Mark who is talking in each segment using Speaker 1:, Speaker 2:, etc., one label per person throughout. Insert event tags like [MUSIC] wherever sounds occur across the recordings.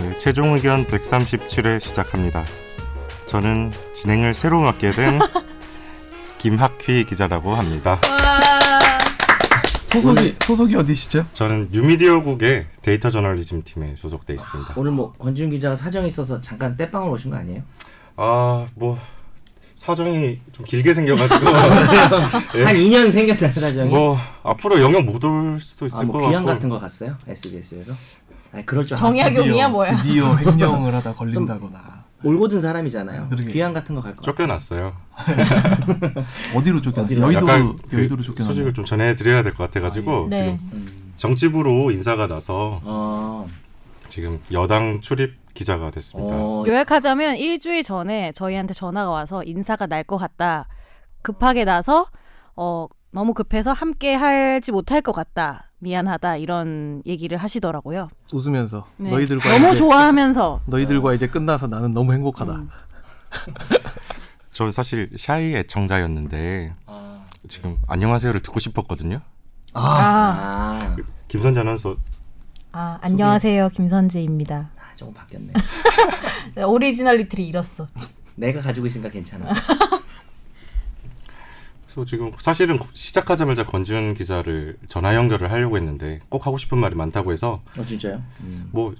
Speaker 1: 네, 최종 의견 137회 시작합니다. 저는 진행을 새로 맡게 된
Speaker 2: [LAUGHS]
Speaker 1: 김학휘 기자라고 합니다.
Speaker 2: 소속이 소속이 어디시죠?
Speaker 1: 저는 뉴미디어국의 데이터 저널리즘 팀에 소속돼 있습니다.
Speaker 3: 오늘 뭐 권준 기자 사정이 있어서 잠깐 떼빵으로 오신 거 아니에요?
Speaker 1: 아, 뭐 사정이 좀 길게 생겨가지고
Speaker 2: [LAUGHS]
Speaker 1: 예.
Speaker 3: 한 2년 생겼다
Speaker 2: 네.
Speaker 3: 사정이.
Speaker 1: 뭐 앞으로 영영 못 올 수도 있을
Speaker 3: 아,
Speaker 1: 것
Speaker 3: 뭐
Speaker 1: 같고
Speaker 3: 비양 같은 거 갔어요? SBS에서? 아니 그럴 줄 알았어.
Speaker 4: 정약용. 경이야, 뭐야?
Speaker 3: [LAUGHS]
Speaker 2: 드디어 횡령을 하다 걸린다거나
Speaker 3: 올곧은 사람이잖아요.
Speaker 2: 그러게.
Speaker 3: 비양 같은 거 갈 거.
Speaker 1: 쫓겨났어요.
Speaker 2: 어디로 쫓겨?
Speaker 3: 어디로?
Speaker 2: 여의도로
Speaker 1: 약간 그
Speaker 2: 여의도로 예. 쫓겨.
Speaker 1: 소식을 좀 전해드려야 될 것 같아가지고
Speaker 4: 네.
Speaker 1: 지금 정치부로 인사가 나서
Speaker 3: 어,
Speaker 1: 지금 여당 출입 기자가 됐습니다.
Speaker 3: 어,
Speaker 4: 요약하자면 일주일 전에 저희한테 전화가 와서 인사가 날 것 같다. 급하게 나서 어, 너무 급해서 함께 할지 못할 것 같다. 미안하다 이런 얘기를 하시더라고요.
Speaker 5: 웃으면서
Speaker 4: 네.
Speaker 5: 너희들과
Speaker 4: 너무
Speaker 5: 이제,
Speaker 4: 좋아하면서
Speaker 5: 너희들과 이제 끝나서 나는 너무 행복하다.
Speaker 3: 음.
Speaker 1: 저는 사실 샤이 애청자였는데
Speaker 3: 아,
Speaker 1: 지금 안녕하세요를 듣고 싶었거든요.
Speaker 4: 아,
Speaker 3: 아,
Speaker 1: 김선재 아나운서
Speaker 4: 아, 안녕하세요 김선지입니다.
Speaker 3: 아, 조금 바뀌었네.
Speaker 4: 오리지널리티를 잃었어.
Speaker 3: 내가 가지고 있으니까 괜찮아. 어,
Speaker 1: 그래서 지금 사실은 시작하자마자 권지훈 기자를 전화 연결을 하려고 했는데 꼭 하고 싶은 말이 많다고 해서
Speaker 3: 어 진짜요? 음.
Speaker 1: 뭐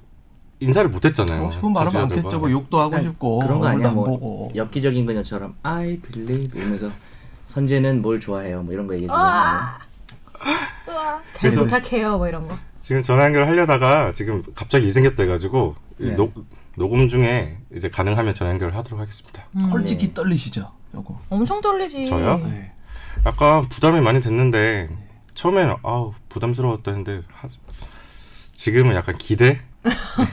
Speaker 1: 인사를 못했잖아요.
Speaker 2: 어, 싶은 말은
Speaker 1: 청취자들과.
Speaker 2: 많겠죠. 뭐 욕도 하고
Speaker 3: 아니,
Speaker 2: 싶고
Speaker 3: 그런 거 아니야?
Speaker 2: 얼굴도 안
Speaker 3: 뭐
Speaker 2: 보고.
Speaker 3: 엽기적인 그녀처럼 I believe 이러면서 선재는 뭘 좋아해요? 뭐 이런 거 얘기해 주잖아요.
Speaker 4: 잘
Speaker 1: 그래서-
Speaker 4: 부탁해요 뭐 이런 거.
Speaker 1: 지금 전화 연결 하려다가 지금 갑자기 일 생겼다 해가지고
Speaker 3: 네.
Speaker 1: 녹, 녹음 중에 이제 가능하면 전화 연결을 하도록 하겠습니다.
Speaker 2: 솔직히
Speaker 3: 음.
Speaker 2: 떨리시죠? 요거.
Speaker 4: 엄청 떨리지.
Speaker 1: 저요?
Speaker 2: 네.
Speaker 1: 약간 부담이 많이 됐는데 처음에는 아우 부담스러웠다 했는데 하- 지금은 약간 기대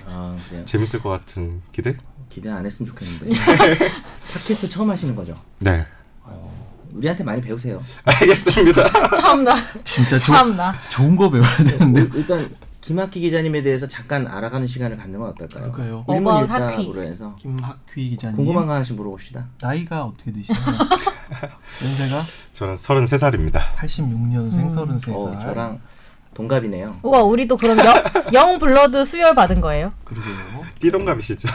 Speaker 3: 아, 그래요.
Speaker 1: 재밌을 것 같은 기대?
Speaker 3: 기대 안 했으면 좋겠는데. 팟캐스트 처음 하시는 거죠?
Speaker 1: 네.
Speaker 3: 우리한테 많이 배우세요.
Speaker 1: [LAUGHS] 알겠습니다.
Speaker 4: 참나
Speaker 2: 진짜 조,
Speaker 4: 참나.
Speaker 2: 좋은 거 배워야 되는데.
Speaker 3: 어, 일단 김학기 기자님에 대해서 잠깐 알아가는 시간을 갖는 건 어떨까요?
Speaker 2: 그럴까요? 네.
Speaker 4: 어바웃 뭐,
Speaker 3: 일문일답으로
Speaker 4: 학위.
Speaker 3: 해서
Speaker 2: 김학휘 기자님.
Speaker 3: 궁금한 거 하나씩 물어봅시다.
Speaker 2: 나이가 어떻게
Speaker 3: [LAUGHS]
Speaker 2: 되시나요? 연세가
Speaker 1: 저는 33살입니다.
Speaker 2: 86년생 33살.
Speaker 3: 어, 저랑 동갑이네요.
Speaker 4: 우와 우리도 그럼 영, 영 블러드 수혈 받은 거예요?
Speaker 2: 그러게요.
Speaker 1: 띠동갑이시죠?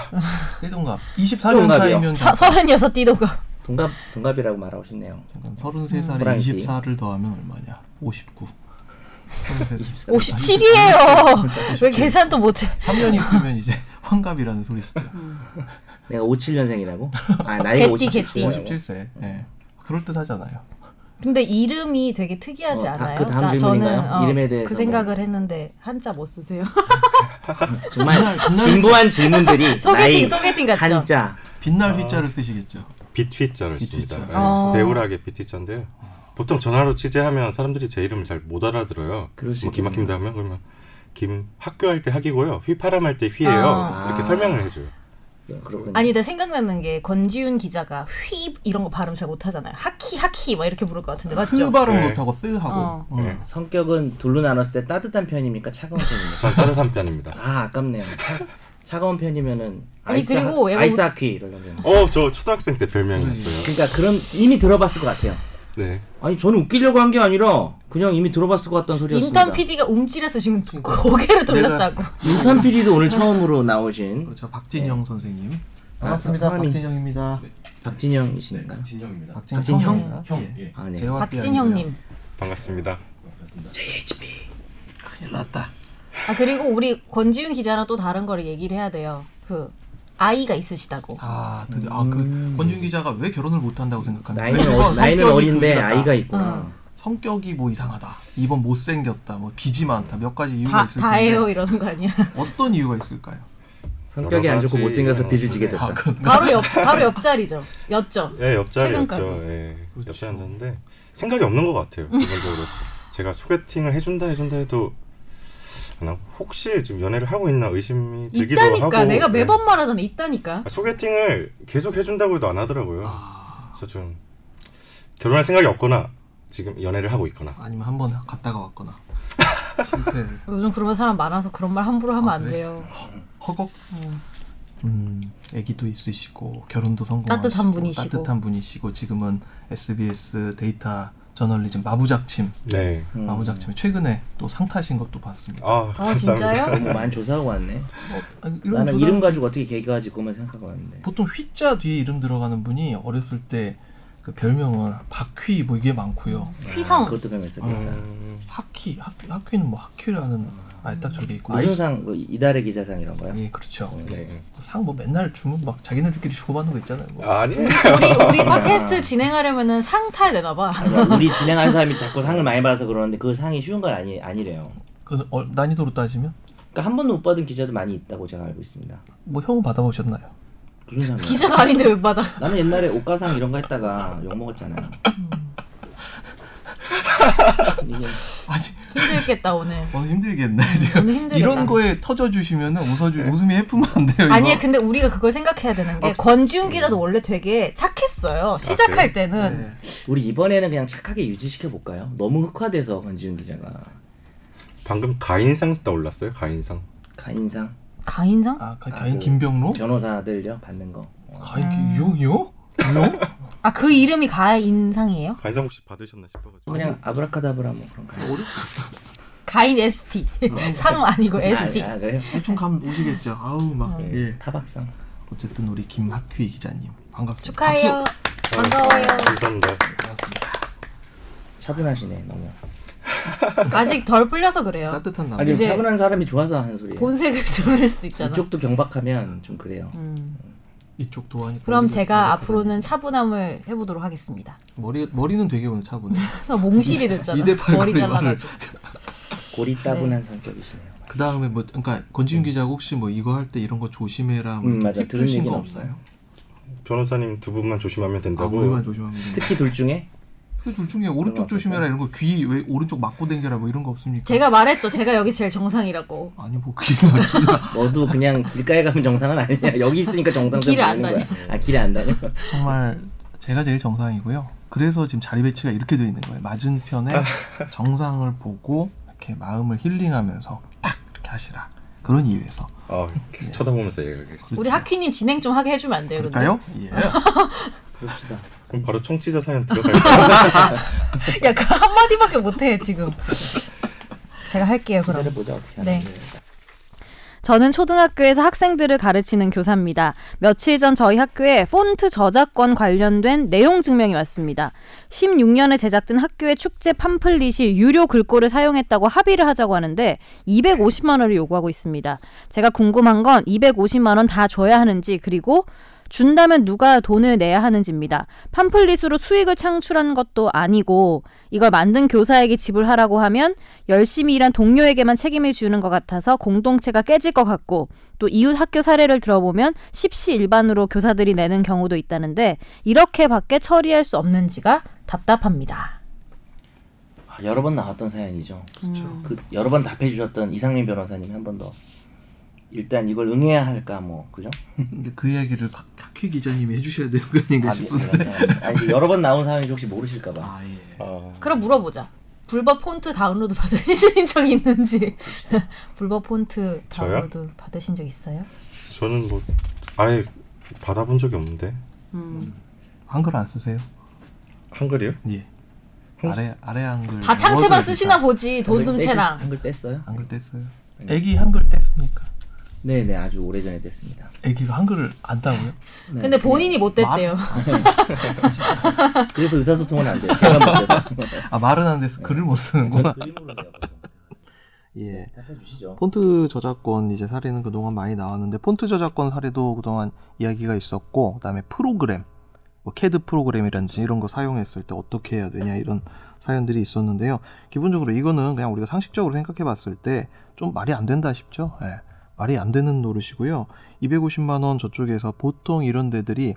Speaker 2: 떼동갑.
Speaker 3: 떼동갑이요.
Speaker 2: 24년 차이면
Speaker 4: 사, 36 띠도가.
Speaker 3: 동갑 동갑이라고 말하고 싶네요.
Speaker 2: 잠깐 33살에
Speaker 3: 호랑이.
Speaker 2: 24를 더하면 얼마냐? 59. 33.
Speaker 4: 57이에요. 왜 계산도 못해?
Speaker 2: 3년 있으면 이제 [LAUGHS] 환갑이라는 소리시죠.
Speaker 4: 음.
Speaker 3: 내가 57년생이라고? 아 나이가
Speaker 4: 개띠,
Speaker 3: 57.
Speaker 4: 개띠.
Speaker 2: 57세. 예. 그럴 듯하잖아요.
Speaker 4: 근데 이름이 되게 특이하지
Speaker 3: 어, 다-
Speaker 4: 않아요?
Speaker 3: 그 다음
Speaker 4: 나-
Speaker 3: 질문인가요? 이름에 대해서 뭐.
Speaker 4: 그 생각을 했는데 한자 못 쓰세요.
Speaker 2: 음,
Speaker 3: 정말 진부한 질문들이
Speaker 4: [LAUGHS] 소개팅
Speaker 3: 나이,
Speaker 4: 소개팅 같죠?
Speaker 3: 한자.
Speaker 4: 아.
Speaker 2: 빛날 휘자를 쓰시겠죠.
Speaker 1: 비트위자를
Speaker 2: 비트위자.
Speaker 1: 씁니다. 네,
Speaker 4: 어.
Speaker 1: 배우락의 비트위자인데요. 보통 전화로 취재하면 사람들이 제 이름을 잘 못 알아들어요.
Speaker 3: 그럴 수
Speaker 1: 뭐
Speaker 3: 있겠네요.
Speaker 1: 김학김다 하면 그러면 김 학교 할 때 학이고요. 휘파람 할 때 휘예요.
Speaker 4: 아.
Speaker 1: 이렇게 설명을 해줘요.
Speaker 3: 네, 그렇군요.
Speaker 4: 아니 근데 생각나는 게 권지윤 기자가 휘 이런 거 발음 잘 못하잖아요. 하키 하키 막 이렇게 부를 것 같은데
Speaker 2: 쓰
Speaker 4: 맞죠?
Speaker 2: 발음
Speaker 1: 네.
Speaker 2: 못하고 쓰 하고.
Speaker 4: 어.
Speaker 2: 어.
Speaker 1: 네.
Speaker 3: 성격은 둘로 나눴을 때 따뜻한 편입니까? 차가운 편입니까?
Speaker 1: 저는 따뜻한 편입니다.
Speaker 3: 아 아깝네요. 차, 차가운 편이면은
Speaker 4: 아니,
Speaker 3: 아이스
Speaker 4: 그리고
Speaker 3: 하,
Speaker 4: 얘가
Speaker 3: 아이스
Speaker 4: 웃-
Speaker 3: 하키 이러려면.
Speaker 1: 어, 저 초등학생 때 별명이었어요.
Speaker 3: 그러니까 그런 이미 들어봤을 것 같아요.
Speaker 1: 네.
Speaker 3: 아니 저는 웃기려고 한 게 아니라 그냥 이미 들어봤을 것 같던 소리였습니다. 네.
Speaker 4: 인턴 PD가 움찔해서 지금 두- 고개를 돌렸다고.
Speaker 3: 인턴 PD도 오늘 처음으로 나오신
Speaker 2: 그렇죠. 박진영
Speaker 4: 네.
Speaker 2: 선생님.
Speaker 3: 반갑습니다.
Speaker 2: 박진영입니다.
Speaker 3: 박진영이신가요?
Speaker 6: 진영입니다.
Speaker 2: 박진영
Speaker 4: 형.
Speaker 2: 형.
Speaker 6: 형, 예.
Speaker 3: 아, 네.
Speaker 2: 재활
Speaker 4: 박진형님.
Speaker 1: 반갑습니다.
Speaker 2: 큰일 났다.
Speaker 4: 아 그리고 우리 권지윤 기자랑 또 다른 거를 얘기를 해야 돼요. 그 아이가 있으시다고.
Speaker 2: 아, 드디어 아그 권준 기자가 왜 결혼을 못 한다고 생각하는
Speaker 3: 음. 나이는 어, 나이는 어린데 아이가 있구나.
Speaker 4: 어.
Speaker 2: 성격이 뭐 이상하다. 이번 못 생겼다. 뭐 빚이 많다. 몇 가지 이유가
Speaker 4: 다
Speaker 2: 있을
Speaker 4: 다예요
Speaker 2: 텐데.
Speaker 4: 이러는 거 아니야?
Speaker 2: 어떤 이유가 있을까요?
Speaker 3: 성격이 안 좋고
Speaker 1: 여러 가지
Speaker 3: 못생겨서
Speaker 1: 어,
Speaker 3: 빚을 지게
Speaker 1: 네.
Speaker 3: 됐다.
Speaker 2: 아, 그런가?
Speaker 4: 바로 옆 바로 옆자리죠. 옆죠.
Speaker 1: 예, 옆자리였죠.
Speaker 4: 최근까지.
Speaker 1: 예, 옆자리 앉았는데 생각이 없는 것 같아요. 기본적으로 [LAUGHS] 제가 소개팅을 해준다 해준다 해도 아, 나 혹시 지금 연애를 하고 있나 의심이 들기도
Speaker 4: 있다니까
Speaker 1: 하고
Speaker 4: 내가
Speaker 1: 예.
Speaker 4: 매번 말하잖아 있다니까
Speaker 1: 아, 소개팅을 계속 해준다고 해도 안 하더라고요.
Speaker 2: 아.
Speaker 1: 그래서 좀 결혼할 생각이 없거나 지금 연애를 하고 있거나
Speaker 2: 아니면 한 번 갔다가 왔거나 실패를
Speaker 4: [LAUGHS] 요즘 그런 사람 많아서 그런 말 함부로 하면
Speaker 2: 아,
Speaker 4: 안
Speaker 2: 그래?
Speaker 4: 돼요
Speaker 2: 허걱 음 아기도 있으시고 결혼도 성공하시고
Speaker 4: 따뜻한 분이시고.
Speaker 2: 따뜻한 분이시고 지금은 SBS 데이터 저널리즘 마부작침
Speaker 1: 네.
Speaker 3: 음.
Speaker 2: 마부작침이 최근에 또 상 타신 것도 봤습니다.
Speaker 1: 아,
Speaker 4: 아
Speaker 1: 감사합니다.
Speaker 4: 진짜요?
Speaker 3: 너무 많이 조사하고 왔네.
Speaker 2: 어, 아니, 이런
Speaker 3: 나는
Speaker 2: 조사-
Speaker 3: 이름 가지고 어떻게 개그하지 그것만 생각하고 왔는데.
Speaker 2: 보통 휘자 뒤에 이름 들어가는 분이 어렸을 때 그 별명은 박휘 뭐 이게 많고요.
Speaker 3: 아,
Speaker 6: 휘성
Speaker 3: 그것도 변했었겠다.
Speaker 1: 음,
Speaker 2: 학휘 학휘 학휘는 뭐 학휘라는 아 딱 저기 있고
Speaker 3: 무슨 상? 뭐 이달의 기사상 이런 거야?
Speaker 2: 예 그렇죠.
Speaker 1: 네.
Speaker 2: 상 뭐 맨날 주면 막 자기네들끼리 주고받는 거 있잖아요. 뭐.
Speaker 1: 아니에요.
Speaker 6: 우리 우리 팟캐스트 진행하려면은 상 타야 되나 봐.
Speaker 3: 아니야, 그러니까 우리 진행하는 사람이 자꾸 상을 많이 받아서 그러는데 그 상이 쉬운 건 아니 아니래요.
Speaker 2: 그 어, 난이도로 따지면
Speaker 3: 그러니까 한 번도 못 받은 기자도 많이 있다고 제가 알고 있습니다.
Speaker 2: 뭐 형은 받아보셨나요?
Speaker 3: 무슨 상이야?
Speaker 6: 기자가 아닌데 왜 받아?
Speaker 3: 나는 옛날에 옷가상 이런 거 했다가 욕 먹었잖아요. 이게
Speaker 2: 아니
Speaker 6: 힘들겠다 오늘.
Speaker 2: 어 힘들겠네 지금
Speaker 6: 오늘 음, 힘들겠다.
Speaker 2: 이런 거에 터져주시면 웃어주 웃음이 해프면 안 돼요. 이거.
Speaker 6: 아니 근데 우리가 그걸 생각해야 되는 게 권지훈 기자도 원래 되게 착했어요. 시작할 때는
Speaker 2: 네.
Speaker 3: 우리 이번에는 그냥 착하게 유지시켜 볼까요? 너무 흑화돼서 권지훈 기자가
Speaker 1: 방금 가인상 떠올랐어요. 가인상.
Speaker 3: 가인상
Speaker 6: 강인상?
Speaker 2: 아 네. 가,
Speaker 3: 아,
Speaker 2: 가인
Speaker 3: 그
Speaker 2: 김병로?
Speaker 3: 변호사들요 받는 거. 어.
Speaker 2: 가인
Speaker 6: 음.
Speaker 2: 김용이요? 용?
Speaker 6: 아 그 이름이 가인상이에요?
Speaker 1: 가인상 혹시 받으셨나 싶어가지고.
Speaker 3: 그냥 아브라카다브라 뭐 그런 거.
Speaker 6: 가인 ST [LAUGHS] 상 아니고 ST.
Speaker 3: 아, 아 그래요?
Speaker 2: 대충 가면 오시겠죠. 아우 막
Speaker 6: 음.
Speaker 2: 예.
Speaker 3: 타박상.
Speaker 2: 어쨌든 우리 김학휘 기자님 반갑습니다.
Speaker 6: 축하해요. 반가워요.
Speaker 1: 감사합니다.
Speaker 2: 반갑습니다.
Speaker 3: 차분하시네 너무.
Speaker 6: 아직 덜 풀려서 그래요.
Speaker 2: 따뜻한 남.
Speaker 3: 아니
Speaker 6: 아, 이제
Speaker 3: 차분한 사람이 좋아서 하는 소리예요.
Speaker 6: 본색을 [LAUGHS] 음. 드러낼 수도 있잖아.
Speaker 3: 이쪽도 경박하면 좀 그래요.
Speaker 2: 이쪽 도안이.
Speaker 6: 그럼
Speaker 2: 머리가
Speaker 6: 제가
Speaker 2: 이렇게
Speaker 6: 앞으로는 차분함을 해보도록 하겠습니다. [LAUGHS]
Speaker 2: 머리 머리는 되게 오늘 차분해.
Speaker 6: 몽실이 됐잖아.
Speaker 2: 이대
Speaker 6: 머리
Speaker 2: 팔걸이 말을.
Speaker 6: 잘라가지고.
Speaker 3: 고리 따분한 성격이시네요.
Speaker 2: [LAUGHS] 그 다음에 뭐 그러니까 권지윤 기자 혹시 뭐 이거 할 때 이런 거 조심해라 뭐
Speaker 3: 음,
Speaker 2: 이렇게
Speaker 3: 맞아.
Speaker 2: 팁
Speaker 3: 들은
Speaker 2: 주신
Speaker 3: 얘기는
Speaker 2: 거 없어요?
Speaker 1: 변호사님 두 분만 조심하면
Speaker 2: 아
Speaker 1: 된다고.
Speaker 2: 우리만 조심하면 돼.
Speaker 3: 특히 둘 중에
Speaker 2: 그둘 중에 오른쪽
Speaker 3: 그 없었어요?
Speaker 2: 조심해라 이런 거 귀 왜 오른쪽 맞고 댕겨라 뭐 이런 거 없습니까?
Speaker 6: 제가 말했죠. 제가 여기 제일 정상이라고.
Speaker 2: 아니 뭐 그게 나 [LAUGHS]
Speaker 3: 너도 그냥 길가에 가면 정상은 아니야. 여기 있으니까
Speaker 6: 길을
Speaker 3: 정상적으로
Speaker 6: 안
Speaker 3: 보이는 거야. 아 길에 안 다녀.
Speaker 2: 정말 제가 제일 정상이고요. 그래서 지금 자리 배치가 이렇게 돼 있는 거예요. 맞은편에 정상을 보고 이렇게 마음을 힐링하면서 딱 이렇게 하시라. 그런 이유에서
Speaker 1: 아, 계속 쳐다보면서
Speaker 4: 네.
Speaker 1: 얘기하겠습니다.
Speaker 6: 우리 하퀴님 진행 좀 하게 해주면 안 돼요?
Speaker 2: 그렇죠. 그럴까요? 예.
Speaker 3: 봅시다.
Speaker 1: 그럼 바로 청취자 사연 들어갈까요?
Speaker 6: 근데? 야, 그 한마디밖에 못해 지금. 제가 할게요 그럼.
Speaker 3: 기다려 보자 어떻게
Speaker 6: 네.
Speaker 3: 하는지.
Speaker 4: 저는 초등학교에서 학생들을 가르치는 교사입니다. 며칠 전 저희 학교에 폰트 저작권 관련된 내용 증명이 왔습니다. 16년에 제작된 학교의 축제 팜플릿이 유료 글꼴을 사용했다고 합의를 하자고 하는데 250만 원을 요구하고 있습니다. 제가 궁금한 건 250만 원 다 줘야 하는지 그리고 준다면 누가 돈을 내야 하는지입니다. 팜플릿으로 수익을 창출한 것도 아니고 이걸 만든 교사에게 지불하라고 하면 열심히 일한 동료에게만 책임을 주는 것 같아서 공동체가 깨질 것 같고 또 이웃 학교 사례를 들어보면 십시일반으로 교사들이 내는 경우도 있다는데 이렇게밖에 처리할 수 없는지가 답답합니다.
Speaker 3: 아, 여러 번 나왔던 사연이죠.
Speaker 2: 그렇죠.
Speaker 6: 음.
Speaker 3: 그 여러 번 답해 주셨던 이상민 변호사님 한 번 더. 일단 이걸 응해야 할까 뭐 그죠?
Speaker 2: [LAUGHS] 근데 그 얘기를 박- 박희 기자님이 해주셔야 되는 거 아닌가
Speaker 3: 아,
Speaker 2: 싶은데.
Speaker 3: 아, 이제 여러 번 나온 사연인지 혹시 모르실까 봐.
Speaker 2: 아 예.
Speaker 1: 아,
Speaker 6: 그럼 물어보자. 불법 폰트 다운로드 받으신 적
Speaker 4: [LAUGHS]
Speaker 6: 있는지. 불법 폰트
Speaker 1: 저요?
Speaker 6: 다운로드 받으신 적 있어요?
Speaker 1: 저는 뭐 아예 받아본 적이 없는데.
Speaker 4: 음.
Speaker 2: 한글 안 쓰세요?
Speaker 1: 한글이요?
Speaker 2: 예. 아래 아래 한글.
Speaker 6: 바탕채만
Speaker 2: 워드
Speaker 6: 쓰시나 보지
Speaker 3: 네, 떼주-
Speaker 6: 돈금채랑.
Speaker 3: 한글 뗐어요?
Speaker 2: 한글 뗐어요. 애기 한글 뗐으니까.
Speaker 3: 네네 아주 오래전에 뗐습니다.
Speaker 2: 애기가 한글을 안다고요?
Speaker 3: 네.
Speaker 6: 근데 본인이 못 됐대요.
Speaker 4: [LAUGHS]
Speaker 3: 네. 그래서 의사소통은 안 돼요. 제가 먼저. [LAUGHS]
Speaker 2: 아 말은 안 돼서 글을 못 쓰는구나.
Speaker 3: 그림으로 내요.
Speaker 5: 예.
Speaker 3: 답해 주시죠.
Speaker 5: 폰트 저작권 이제 사례는 그동안 많이 나왔는데 폰트 저작권 사례도 그동안 이야기가 있었고 그다음에 프로그램 뭐 캐드 프로그램이라든지 이런 거 사용했을 때 어떻게 해야 되냐 이런 사연들이 있었는데요. 기본적으로 이거는 그냥 우리가 상식적으로 생각해 봤을 때 좀 말이 안 된다 싶죠. 예. 말이 안 되는 노릇이고요. 250만 원 저쪽에서 보통 이런 데들이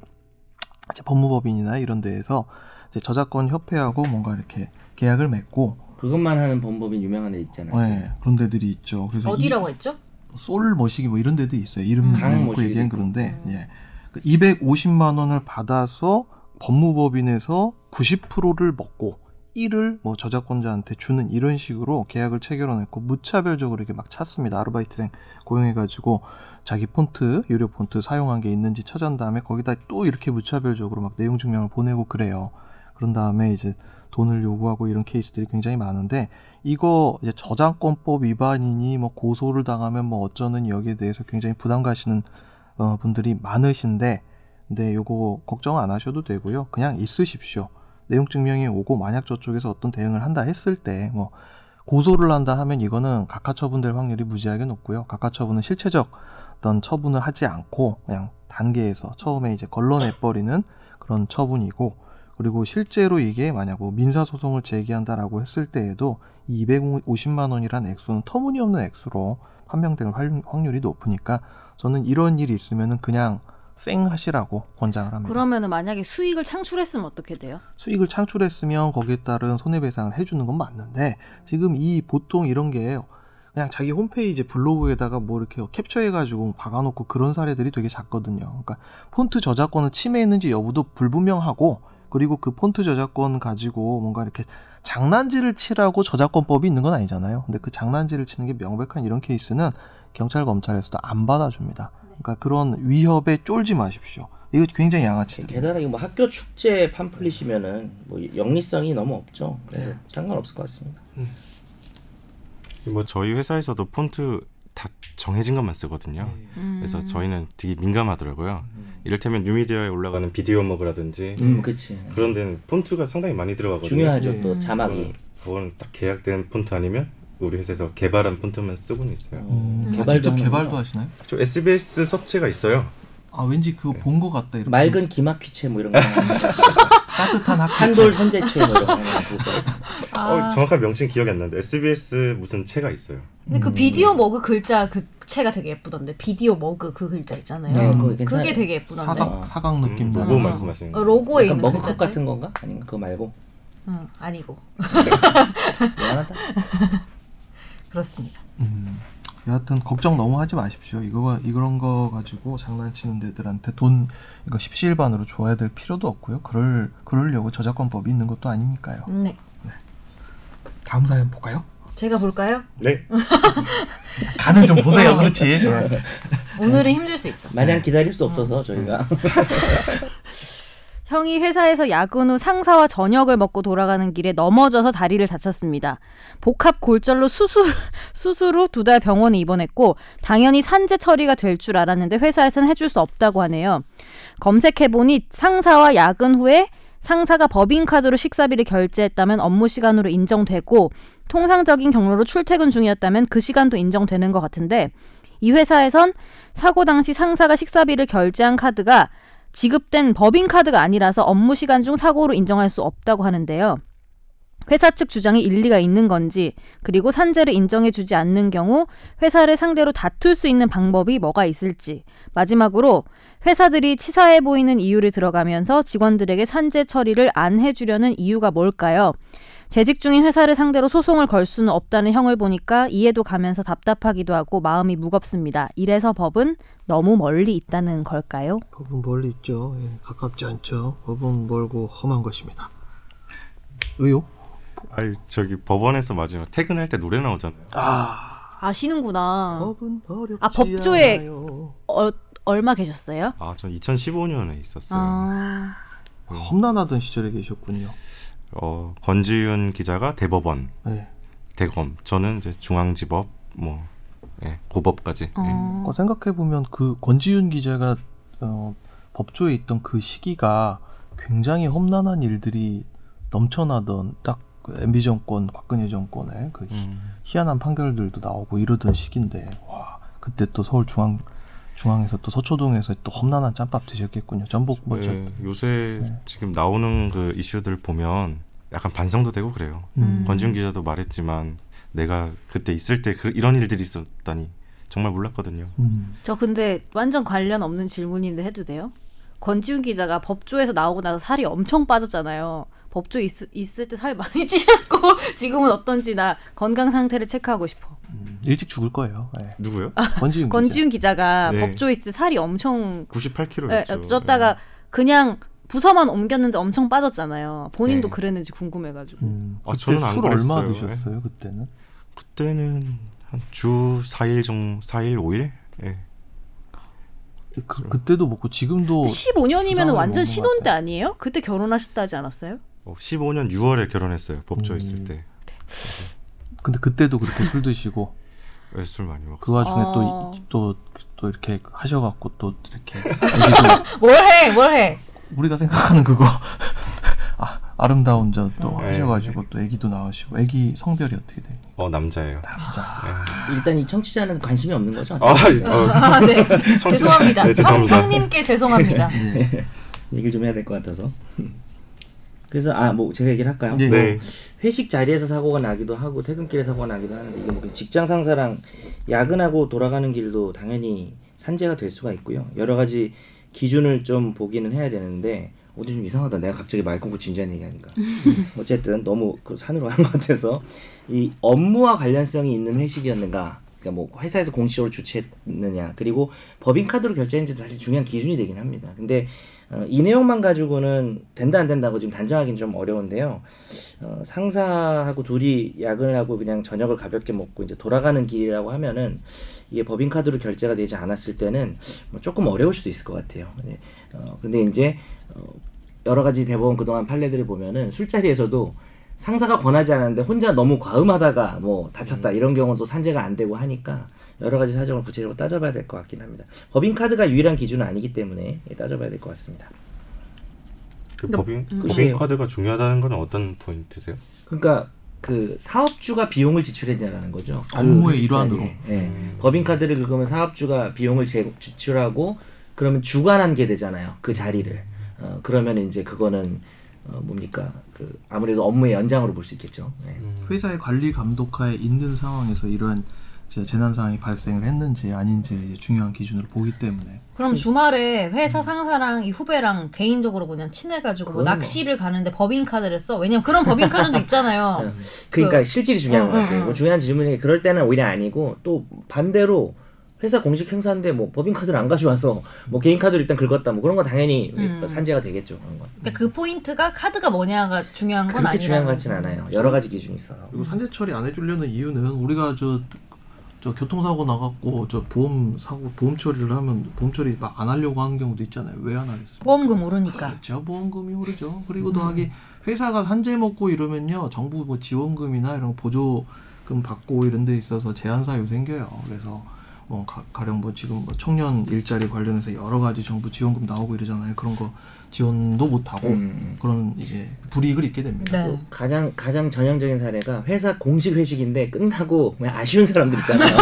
Speaker 5: 이제 법무법인이나 이런 데에서 이제 저작권 협회하고 뭔가 이렇게 계약을 맺고
Speaker 3: 그것만 하는 범법인 유명한 애 있잖아요.
Speaker 5: 예, 그런 데들이 있죠. 그래서 이-
Speaker 6: 어디라고 했죠?
Speaker 5: 솔 머시기 뭐 이런 데도 있어요. 이름
Speaker 3: 음. 강
Speaker 5: 대놓고
Speaker 3: 머시기도
Speaker 5: 얘기한
Speaker 3: 있고.
Speaker 5: 그런데 예. 그 250만 원을 받아서 법무법인에서 90%를 먹고 1을 뭐 저작권자한테 주는 이런 식으로 계약을 체결해놓고 무차별적으로 이렇게 막 찾습니다. 아르바이트생 고용해가지고 자기 폰트 유료 폰트 사용한 게 있는지 찾은 다음에 거기다 또 이렇게 무차별적으로 막 내용 증명을 보내고 그래요.
Speaker 2: 그런 다음에 이제 돈을 요구하고 이런 케이스들이 굉장히 많은데 이거 이제 저작권법 위반이니 뭐 고소를 당하면 뭐 어쩌는 여기에 대해서 굉장히 부담 가시는 어, 분들이 많으신데 근데 요거 걱정 안 하셔도 되고요. 그냥 있으십시오. 내용 증명이 오고 만약 저쪽에서 어떤 대응을 한다 했을 때 뭐 고소를 한다 하면 이거는 각하처분될 확률이 무지하게 높고요. 각하처분은 실체적 어떤 처분을 하지 않고 그냥 단계에서 처음에 이제 걸러내버리는 그런 처분이고 그리고 실제로 이게 만약 뭐 민사소송을 제기한다라고 했을 때에도 이 250만 원이란 액수는 터무니없는 액수로 판명될 확- 확률이 높으니까 저는 이런 일이 있으면은 그냥 쌩 하시라고 권장을 합니다.
Speaker 6: 그러면은 만약에 수익을 창출했으면 어떻게 돼요?
Speaker 2: 수익을 창출했으면 거기에 따른 손해배상을 해주는 건 맞는데 지금 이 보통 이런 게 그냥 자기 홈페이지 블로그에다가 뭐 이렇게 캡처해가지고 박아놓고 그런 사례들이 되게 작거든요. 그러니까 폰트 저작권을 침해했는지 여부도 불분명하고 그리고 그 폰트 저작권 가지고 뭔가 이렇게 장난질을 치라고 저작권법이 있는 건 아니잖아요. 근데 그 장난질을 치는 게 명백한 이런 케이스는 경찰 검찰에서도 안 받아줍니다. 그러니까 그런 위협에 쫄지 마십시오. 이거 굉장히 양아치들.
Speaker 3: 게다가 이거 뭐 학교 축제 팜플릿이면은 뭐 영리성이 너무 없죠. 그래서 상관없을 것 같습니다.
Speaker 1: 뭐 저희 회사에서도 폰트 다 정해진 것만 쓰거든요.
Speaker 6: 음.
Speaker 1: 그래서 저희는 되게 민감하더라고요. 이를테면 뉴미디어에 올라가는 비디오 머그라든지
Speaker 3: 음, 그렇지.
Speaker 1: 그런 데는 폰트가 상당히 많이 들어가거든요.
Speaker 3: 중요하죠.
Speaker 2: 예.
Speaker 3: 또 자막이
Speaker 1: 그건 딱 계약된 폰트 아니면 우리 회사에서 개발한 폰트만 쓰고는 있어요.
Speaker 3: 어,
Speaker 7: 아, 직접
Speaker 3: 하는구나.
Speaker 7: 개발도 하시나요?
Speaker 1: 저 SBS 서체가 있어요.
Speaker 7: 아 왠지 그거 본 것 같다 이렇게
Speaker 3: 맑은 기막귀체 뭐 이런
Speaker 4: [LAUGHS]
Speaker 3: 거 하는 거.
Speaker 7: 따뜻한 학교
Speaker 3: 한솔 선제체 뭐 이런 거 하는 거.
Speaker 1: 어, 정확한 명칭 기억이 안 나는데 SBS 무슨 체가 있어요.
Speaker 4: 근데 그 비디오 머그 글자 그 채가 되게 예쁘던데 비디오 머그 그 글자
Speaker 3: 네,
Speaker 4: 있잖아요.
Speaker 3: 그거 괜찮아요.
Speaker 4: 그게 되게 예쁘던데.
Speaker 3: 사과.
Speaker 7: 사각 사각 느낌
Speaker 1: 음,
Speaker 7: 나는.
Speaker 1: 로고 말씀하시는
Speaker 4: 어,
Speaker 1: 거.
Speaker 4: 로고에
Speaker 3: 약간
Speaker 4: 있는
Speaker 3: 머그컵
Speaker 4: 글자지.
Speaker 3: 같은 건가? 아닌가? 그거 말고.
Speaker 4: 응, 아니고
Speaker 3: 미안하다.
Speaker 4: 그렇습니다.
Speaker 7: 음, 여하튼 걱정 너무 하지 마십시오. 이거 이런 거 가지고 장난치는 데들한테 돈 이거 십시일반으로 줘야 될 필요도 없고요. 그럴 그러려고 저작권법이 있는 것도 아니니까요.
Speaker 4: 네.
Speaker 7: 다음 사연 볼까요?
Speaker 4: 제가 볼까요?
Speaker 1: 네.
Speaker 7: 간을 좀 보세요. 그렇지. 네.
Speaker 4: 오늘은 힘들 수 있어.
Speaker 3: 마냥 기다릴 수 없어서
Speaker 7: 음.
Speaker 3: 저희가
Speaker 6: 형이 회사에서 야근 후 상사와 저녁을 먹고 돌아가는 길에 넘어져서 다리를 다쳤습니다. 복합 골절로 수술 [LAUGHS] 수술 후 두 달 병원에 입원했고 당연히 산재 처리가 될 줄 알았는데 회사에서는 해줄 수 없다고 하네요. 검색해 보니 상사와 야근 후에 상사가 법인카드로 식사비를 결제했다면 업무 시간으로 인정되고 통상적인 경로로 출퇴근 중이었다면 그 시간도 인정되는 것 같은데 이 회사에선 사고 당시 상사가 식사비를 결제한 카드가 지급된 법인카드가 아니라서 업무 시간 중 사고로 인정할 수 없다고 하는데요. 회사 측 주장에 일리가 있는 건지, 그리고 산재를 인정해주지 않는 경우 회사를 상대로 다툴 수 있는 방법이 뭐가 있을지, 마지막으로 회사들이 치사해 보이는 이유를 들어가면서 직원들에게 산재 처리를 안 해주려는 이유가 뭘까요? 재직 중인 회사를 상대로 소송을 걸 수는 없다는 형을 보니까 이해도 가면서 답답하기도 하고 마음이 무겁습니다. 이래서 법은 너무 멀리 있다는 걸까요?
Speaker 2: 법은 멀리 있죠. 예, 가깝지 않죠. 법은 멀고 험한 것입니다. 의요?
Speaker 1: 아니 저기 법원에서 마지막 퇴근할 때 노래 나오잖아요.
Speaker 6: 아시는구나.
Speaker 2: 법은 어렵지
Speaker 6: 아, 법조에-
Speaker 2: 않아요.
Speaker 6: 어, 얼마 계셨어요?
Speaker 1: 아, 전 2015년에 있었어요.
Speaker 6: 아,
Speaker 2: 험난하던 시절에 계셨군요.
Speaker 1: 어, 권지윤 기자가 대법원,
Speaker 2: 네.
Speaker 1: 대검, 저는 이제 중앙지법, 뭐 예, 고법까지. 예.
Speaker 6: 어.
Speaker 2: 생각해 보면 그 권지윤 기자가 어, 법조에 있던 그 시기가 굉장히 험난한 일들이 넘쳐나던 딱그 MB 정권, 박근혜 정권의 그 희-
Speaker 1: 음.
Speaker 2: 희한한 판결들도 나오고 이러던 시기인데 와 그때 또 서울 중앙 중앙에서 또 서초동에서 또 험난한 짬밥 드셨겠군요. 전복 뭐 저-
Speaker 1: 예, 요새 지금 나오는 그 이슈들 보면 약간 반성도 되고 그래요.
Speaker 6: 음.
Speaker 1: 권지윤 기자도 말했지만 내가 그때 있을 때 그, 이런 일들이 있었다니 정말 몰랐거든요.
Speaker 2: 음.
Speaker 6: 저 근데 완전 관련 없는 질문인데 해도 돼요? 권지훈 기자가 법조에서 나오고 나서 살이 엄청 빠졌잖아요. 법조 있, 있을 때 살 많이 [LAUGHS] 찌셨고 지금은 어떤지 나 건강 상태를 체크하고 싶어.
Speaker 2: 음, 일찍 죽을 거예요. 예.
Speaker 1: 누구요?
Speaker 6: 아.
Speaker 2: 권지윤 기자.
Speaker 6: 권지훈 기자가
Speaker 1: 네.
Speaker 6: 법조 있을 때 살이 엄청
Speaker 1: 98kg였죠.
Speaker 6: 예,
Speaker 2: 그렇죠. 네.
Speaker 6: 쪘다가 그냥 부서만 옮겼는데 엄청 빠졌잖아요. 본인도
Speaker 1: 네.
Speaker 6: 그랬는지 궁금해가지고.
Speaker 2: 음,
Speaker 1: 아,
Speaker 2: 그때
Speaker 1: 저는 안
Speaker 2: 술 얼마
Speaker 1: 그랬어요.
Speaker 2: 드셨어요 그때는?
Speaker 1: 그때는 한 주 4일 정도, 4일, 5일? 예.
Speaker 2: 그, 그때도 먹고 지금도
Speaker 1: 네.
Speaker 6: 15년이면
Speaker 2: 부상을
Speaker 6: 완전
Speaker 2: 먹는 것
Speaker 6: 신혼 때
Speaker 2: 같아요.
Speaker 6: 아니에요? 그때 결혼하셨다 하지 않았어요?
Speaker 1: 어, 15년 6월에 결혼했어요.
Speaker 3: 음.
Speaker 1: 법조 에 있을 때.
Speaker 2: 근데 그때도 그렇게 술 드시고
Speaker 1: 왜 술 많이 먹었어.
Speaker 2: 그 와중에
Speaker 6: 어.
Speaker 2: 또 또 또 이렇게 하셔갖고 또 이렇게 [LAUGHS] 애기도
Speaker 4: [LAUGHS] 뭘 해? 뭘 해?
Speaker 2: 우리가 생각하는 그거 [LAUGHS] 아, 아름다운 저 또
Speaker 1: 네.
Speaker 2: 하셔가지고 또 애기도 낳으시고 애기 성별이 어떻게 돼요?
Speaker 1: 어 남자예요.
Speaker 3: 아,
Speaker 2: 남자.
Speaker 3: 일단 이 청취자는 관심이 없는 거죠.
Speaker 1: 아, 어,
Speaker 4: 아, [LAUGHS]
Speaker 1: [LAUGHS]
Speaker 4: 네.
Speaker 1: 청취자-
Speaker 4: 죄송합니다. 아,
Speaker 1: 네, 죄송합니다.
Speaker 4: 형- 형님께
Speaker 6: [LAUGHS]
Speaker 2: [LAUGHS]
Speaker 4: 죄송합니다.
Speaker 7: 예.
Speaker 3: 얘기를 좀 해야 될 것 같아서. 그래서 아 뭐 제가 얘기를 할까요?
Speaker 2: 예.
Speaker 1: 네.
Speaker 3: 회식 자리에서 사고가 나기도 하고 퇴근길에 사고가 나기도 하는데 이게 뭐 직장 상사랑 야근하고 돌아가는 길도 당연히 산재가 될 수가 있고요. 여러 가지 기준을 좀 보기는 해야 되는데 어디 좀 이상하다. 내가 갑자기 말 끊고 진지한 얘기하니까. 어쨌든 너무 그 산으로 간 것 같아서 이 업무와 관련성이 있는 회식이었는가. 그러니까 뭐 회사에서 공식적으로 주최했느냐 그리고 법인카드로 결제했는지 사실 중요한 기준이 되긴 합니다. 근데 어, 이 내용만 가지고는 된다 안 된다고 지금 단정하기는 좀 어려운데요. 어, 상사하고 둘이 야근을 하고 그냥 저녁을 가볍게 먹고 이제 돌아가는 길이라고 하면은 이게 법인카드로 결제가 되지 않았을 때는 뭐 조금 어려울 수도 있을 것 같아요. 예. 어, 근데 이제 어, 여러 가지 대법원 그동안 판례들을 보면은 술자리에서도 상사가 권하지 않았는데 혼자 너무 과음하다가 뭐 다쳤다 이런 경우도 산재가 안 되고 하니까 여러 가지 사정을 구체적으로 따져봐야 될 것 같긴 합니다. 법인카드가 유일한 기준은 아니기 때문에 예, 따져봐야 될 것 같습니다.
Speaker 1: 그 법인
Speaker 3: 음.
Speaker 1: 법인 카드가 중요하다는 건 어떤 포인트세요?
Speaker 3: 그러니까 그 사업주가 비용을 지출했냐라는 거죠. 그
Speaker 2: 업무의
Speaker 3: 회식
Speaker 2: 일환으로.
Speaker 3: 자리에. 예. 법인카드를 긁으면 사업주가 비용을 제, 지출하고 그러면 주관한 게 되잖아요. 그 자리를. 어, 그러면 이제 그거는 어, 뭡니까? 그 아무래도 업무의 연장으로 볼 수 있겠죠. 예.
Speaker 2: 회사의 관리 감독하에 있는 상황에서 이러한 이제 재난 상황이 발생을 했는지 아닌지를 이제 중요한 기준으로 보기 때문에
Speaker 4: 그럼 주말에 회사 상사랑 이 후배랑 개인적으로
Speaker 2: 음.
Speaker 4: 그냥 친해가지고 뭐
Speaker 3: 그건 뭐.
Speaker 4: 낚시를 가는데 법인카드를 써. 왜냐면 그런 법인카드도 있잖아요.
Speaker 3: 그러니까 실질이 중요한
Speaker 4: 어,
Speaker 3: 것 같아요.
Speaker 4: 어, 어.
Speaker 3: 뭐 중요한 질문이 그럴 때는 오히려 아니고 또 반대로 회사 공식 행사인데 뭐 법인 카드를 안 가져와서 뭐 개인 카드를 일단 긁었다 뭐 그런 건 당연히
Speaker 4: 음.
Speaker 3: 산재가 되겠죠 그런 건
Speaker 4: 그러니까 그 포인트가 카드가 뭐냐가 중요한 건
Speaker 3: 그렇게
Speaker 4: 아니라는
Speaker 3: 중요한 것
Speaker 4: 거죠.
Speaker 3: 같진 않아요 여러 가지 기준이 있어서
Speaker 2: 그리고 산재 처리 안 해주려는 이유는 우리가 저, 저 교통사고 나갖고 저 보험 사고 보험 처리를 하면 보험 처리 막 안 하려고 하는 경우도 있잖아요. 왜 안 하겠습니까?
Speaker 4: 보험금 오르니까.
Speaker 2: 그렇죠. 보험금이 오르죠. 그리고 더하기 회사가 산재 먹고 이러면요. 정부 뭐 지원금이나 이런 보조금 받고 이런 데 있어서 제한 사유 생겨요. 그래서 뭐 가, 가령 뭐 지금 뭐 청년 일자리 관련해서 여러 가지 정부 지원금 나오고 이러잖아요. 그런 거 지원도 못 하고
Speaker 3: 음.
Speaker 2: 그런 이제 불이익을 입게 됩니다.
Speaker 4: 네.
Speaker 3: 가장 가장 전형적인 사례가 회사 공식 회식인데 끝나고 그냥 아쉬운 사람들
Speaker 4: [LAUGHS]
Speaker 3: 있잖아요.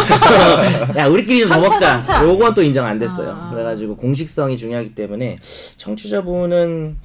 Speaker 3: 야 우리끼리 좀 더
Speaker 4: 삼차,
Speaker 3: 먹자.
Speaker 4: 삼차.
Speaker 3: 요건 또 인정 안 됐어요.
Speaker 4: 아.
Speaker 3: 그래가지고 공식성이 중요하기 때문에 정치자분은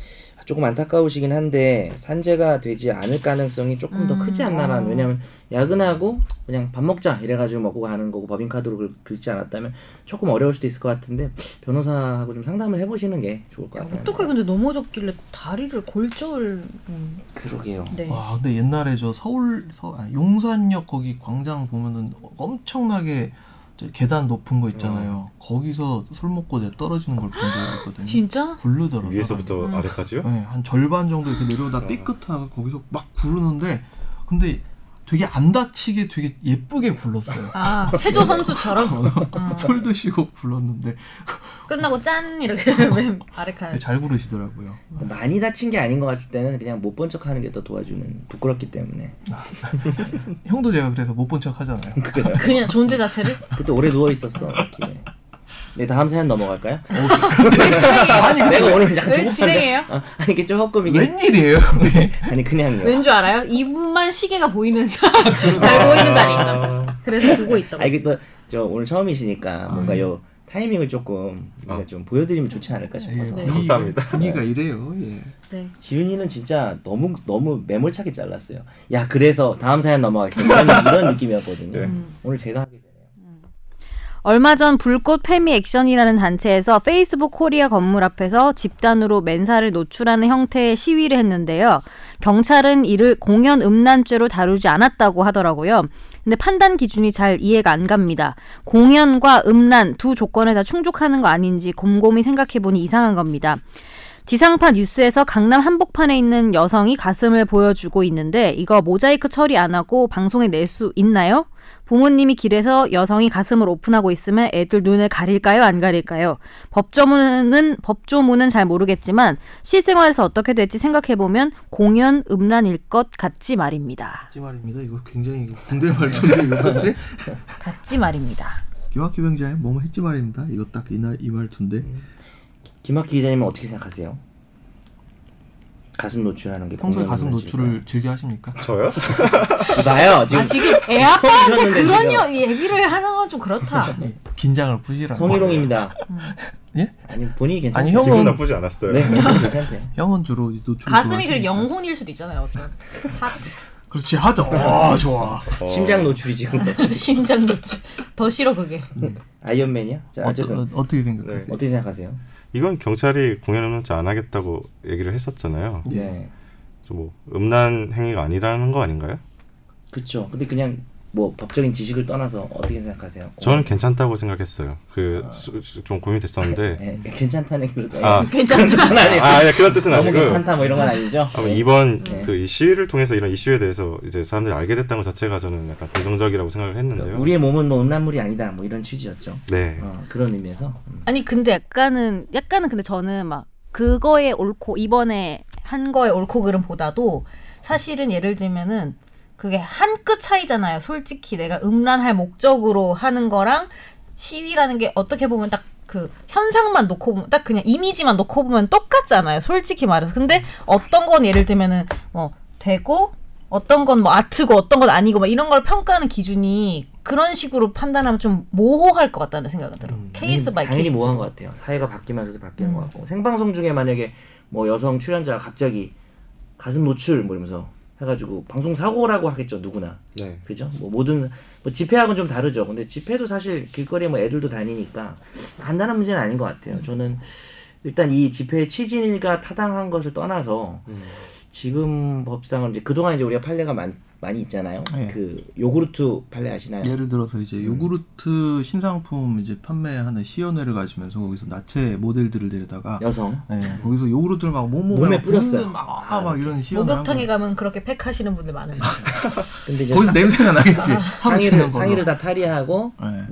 Speaker 3: 조금 안타까우시긴 한데 산재가 되지 않을 가능성이 조금 더
Speaker 4: 음,
Speaker 3: 크지 않나라는
Speaker 4: 어.
Speaker 3: 왜냐면 야근하고 그냥 밥 먹자 이래가지고 먹고 가는 거고 법인카드로 긁- 긁지 않았다면 조금 어려울 수도 있을 것 같은데 변호사하고 좀 상담을 해보시는 게 좋을 것 같아요.
Speaker 4: 어떻게 근데 넘어졌길래 다리를 골절? 음,
Speaker 3: 그러게요.
Speaker 4: 네.
Speaker 2: 와 근데 옛날에 저 서울 서 아니, 용산역 거기 광장 보면은 엄청나게 저 계단 높은 거 있잖아요. 거기서 술 먹고 이제 떨어지는 걸 본 적이 있거든요.
Speaker 4: 진짜? 음.
Speaker 2: 굴르더라고요.
Speaker 1: 위에서부터 아래까지요?
Speaker 3: 음.
Speaker 2: 네, 한 절반 정도 이렇게 내려오다 삐끗하고 거기서 막 구르는데 근데 되게 안 다치게 되게
Speaker 1: [LAUGHS]
Speaker 2: 예쁘게 굴렀어요. 음.
Speaker 4: 아 체조 선수처럼
Speaker 2: [LAUGHS] 술 드시고 굴렀는데
Speaker 4: 끝나고 짠 [LAUGHS] 이렇게 맨 아래 칸.
Speaker 2: 잘 구르시더라고요.
Speaker 3: 많이 다친 게 아닌 것 같을 때는 그냥 못 본 척하는 게 더 도와주는 부끄럽기 때문에
Speaker 2: 형도 제가 그래서 못 본 척 하잖아요.
Speaker 3: [LAUGHS]
Speaker 4: 그냥 존재 자체를
Speaker 3: 그때 오래 누워 있었어. 이렇게. 네 다음 사연 넘어갈까요?
Speaker 4: 왜 진행해요?
Speaker 3: 내가 오늘 약간
Speaker 4: 왜
Speaker 3: 조급한데?
Speaker 4: 진행해요?
Speaker 3: 아, 아니 이게 조금 이게
Speaker 2: 웬일이에요?
Speaker 1: [LAUGHS]
Speaker 3: 아니 그냥요.
Speaker 4: 왠줄 알아요? 이분만 시계가 보이는 자,
Speaker 2: 아,
Speaker 4: 잘 보이는 자리인가 봐. [LAUGHS] 그래서 보고 있다.
Speaker 3: 아 이게 또 저 오늘 처음이시니까 뭔가 요 타이밍을 조금 우리가
Speaker 1: 아.
Speaker 3: 좀 보여드리면 좋지 않을까 싶어서.
Speaker 4: 네.
Speaker 1: 감사합니다.
Speaker 2: 분위기가 이래요. 예.
Speaker 4: 네.
Speaker 3: 지윤이는 진짜 너무 너무 매몰차게 잘랐어요. 야 그래서 다음 사연 넘어가겠다 이런, 이런 느낌이었거든요. 오늘 제가 하게 되네요.
Speaker 6: 얼마 전 불꽃 페미 액션이라는 단체에서 페이스북 코리아 건물 앞에서 집단으로 맨살을 노출하는 형태의 시위를 했는데요. 경찰은 이를 공연 음란죄로 다루지 않았다고 하더라고요. 근데 판단 기준이 잘 이해가 안 갑니다. 공연과 음란 두 조건에 다 충족하는 거 아닌지 곰곰이 생각해 보니 이상한 겁니다. 지상파 뉴스에서 강남 한복판에 있는 여성이 가슴을 보여주고 있는데 이거 모자이크 처리 안 하고 방송에 낼 수 있나요?
Speaker 4: 부모님이 길에서 여성이 가슴을 오픈하고 있으면 애들 눈을 가릴까요? 안 가릴까요? 법조문은 법조문은 잘 모르겠지만 실생활에서 어떻게 될지 생각해 보면 공연 음란일 것 같지 말입니다.
Speaker 2: 같이 말입니다. 이거 굉장히 군대 말투인데 이거 같아?
Speaker 4: 같지 말입니다.
Speaker 2: 김학규 병장의 뭐뭐 했지 말입니다. 이거 딱 이날 이 말투인데
Speaker 1: 음.
Speaker 3: 김학기 기자님은 어떻게 생각하세요? 가슴 노출하는 게
Speaker 2: 평소에
Speaker 3: 공연
Speaker 2: 가슴
Speaker 3: 문제일까요?
Speaker 2: 노출을 즐겨 하십니까?
Speaker 1: 저요?
Speaker 3: [LAUGHS] 나요 지금
Speaker 6: 아 지금 애 아빠한테
Speaker 3: 쳤는데,
Speaker 6: 그런
Speaker 3: 지금.
Speaker 6: 여- 얘기를 하는 건 좀 그렇다.
Speaker 2: 예, 긴장을 푸시라.
Speaker 3: 성희롱입니다.
Speaker 2: 예?
Speaker 3: 아니 본인이
Speaker 2: 아니
Speaker 3: 괜찮아요.
Speaker 1: 기분
Speaker 2: 형은
Speaker 1: 나쁘지 않았어요.
Speaker 3: 네 본인이 괜찮대요.
Speaker 2: 형은 주로 노출
Speaker 6: 가슴이
Speaker 2: 좋아하시니까.
Speaker 6: 그 영혼일 수도 있잖아요. 어떤 [LAUGHS] 하-
Speaker 2: 그렇지 하죠. 아 좋아.
Speaker 1: [LAUGHS] 어,
Speaker 3: 심장 노출이
Speaker 2: [LAUGHS]
Speaker 3: 지금
Speaker 6: 심장 노출 더 싫어 그게.
Speaker 3: 아이언맨이야? 자,
Speaker 2: 어떠,
Speaker 3: 네, 어쨌든
Speaker 2: 어떻게 생각하세요?
Speaker 1: 네.
Speaker 3: 어떻게 생각하세요?
Speaker 1: 이건 경찰이 공연 음란죄 안 하겠다고 얘기를 했었잖아요.
Speaker 2: 예.
Speaker 3: 네,
Speaker 1: 그래서 뭐 음란 행위가 아니라는 거 아닌가요?
Speaker 3: 그렇죠. 근데 그냥 뭐 법적인 지식을 떠나서 어떻게 생각하세요?
Speaker 1: 저는 괜찮다고 생각했어요.
Speaker 3: 아.
Speaker 1: 그 좀 고민이 됐었는데
Speaker 3: 네, 괜찮다는 그런
Speaker 1: 아,
Speaker 6: 괜찮다.
Speaker 3: 뜻은 아니고
Speaker 1: 아, 예, 그런 뜻은
Speaker 3: 너무
Speaker 1: 아니고
Speaker 3: 괜찮다 뭐 이런 건 아니죠?
Speaker 1: 아마 이번
Speaker 3: 네.
Speaker 1: 그 이 시위를 통해서 이런 이슈에 대해서 이제 사람들이 알게 됐다는 것 자체가 저는 약간 긍정적이라고 생각을 했는데요.
Speaker 3: 우리의 몸은 뭐 음란물이 아니다 뭐 이런 취지였죠.
Speaker 1: 네.
Speaker 3: 어, 그런 의미에서 음.
Speaker 4: 아니 근데 약간은 약간은 근데 저는 막 그거에 옳고 이번에
Speaker 6: 한 거의 옳고 그름보다도 사실은 예를 들면은 그게 한 끗 차이잖아요. 솔직히 내가 음란할 목적으로 하는 거랑 시위라는 게 어떻게 보면 딱 그 현상만 놓고 보면 딱 그냥 이미지만 놓고 보면 똑같잖아요. 솔직히 말해서. 근데 어떤 건 예를 들면은 뭐 되고 어떤 건 뭐 아트고 어떤 건 아니고 막 이런 걸 평가하는 기준이 그런 식으로 판단하면 좀 모호할 것 같다는 생각이 들어. 요 케이스
Speaker 3: 음, 당연히-
Speaker 6: 바이
Speaker 3: 당연히
Speaker 6: 케이스.
Speaker 3: 모호한 것 같아요. 사회가 바뀌면서도 바뀌는
Speaker 6: 음.
Speaker 3: 것 같고 생방송 중에 만약에 뭐 여성 출연자가 갑자기 가슴 노출 뭐 이러면서 해가지고 방송 사고라고 하겠죠 누구나
Speaker 1: 네.
Speaker 3: 그죠? 뭐 모든 뭐 집회하고는 좀 다르죠. 근데 집회도 사실 길거리에 뭐 애들도 다니니까 간단한 문제는 아닌 것 같아요. 저는 일단 이 집회의 취지가 타당한 것을 떠나서 지금 법상은 이제 그동안 이제 우리가 판례가 많, 많이 있잖아요.
Speaker 2: 네.
Speaker 3: 그 요구르트 판례 아시나요?
Speaker 6: 네.
Speaker 2: 예를 들어서
Speaker 3: 음.
Speaker 2: 이제 요구르트 신상품 이제 판매하는 시연회를 가지면서 거기서 나체 모델들을 데려다가
Speaker 3: 여성
Speaker 2: 예, 거기서 요구르트를 막 몸에
Speaker 3: 몸에
Speaker 2: 막
Speaker 3: 뿌렸어요.
Speaker 2: 붓는 막, 아, 막 이런 시연을 한
Speaker 6: 목욕탕에
Speaker 2: 거예요.
Speaker 6: 가면 그렇게 팩 하시는
Speaker 3: [LAUGHS]
Speaker 6: 분들 많으시죠.
Speaker 3: 근데 이제
Speaker 2: 거기서 냄새가
Speaker 6: [LAUGHS]
Speaker 2: 나겠지.
Speaker 6: 아,
Speaker 2: 하루 치는
Speaker 3: 상의를,
Speaker 2: 거.
Speaker 3: 상의를 다 탈의하고 뭐,
Speaker 2: 네.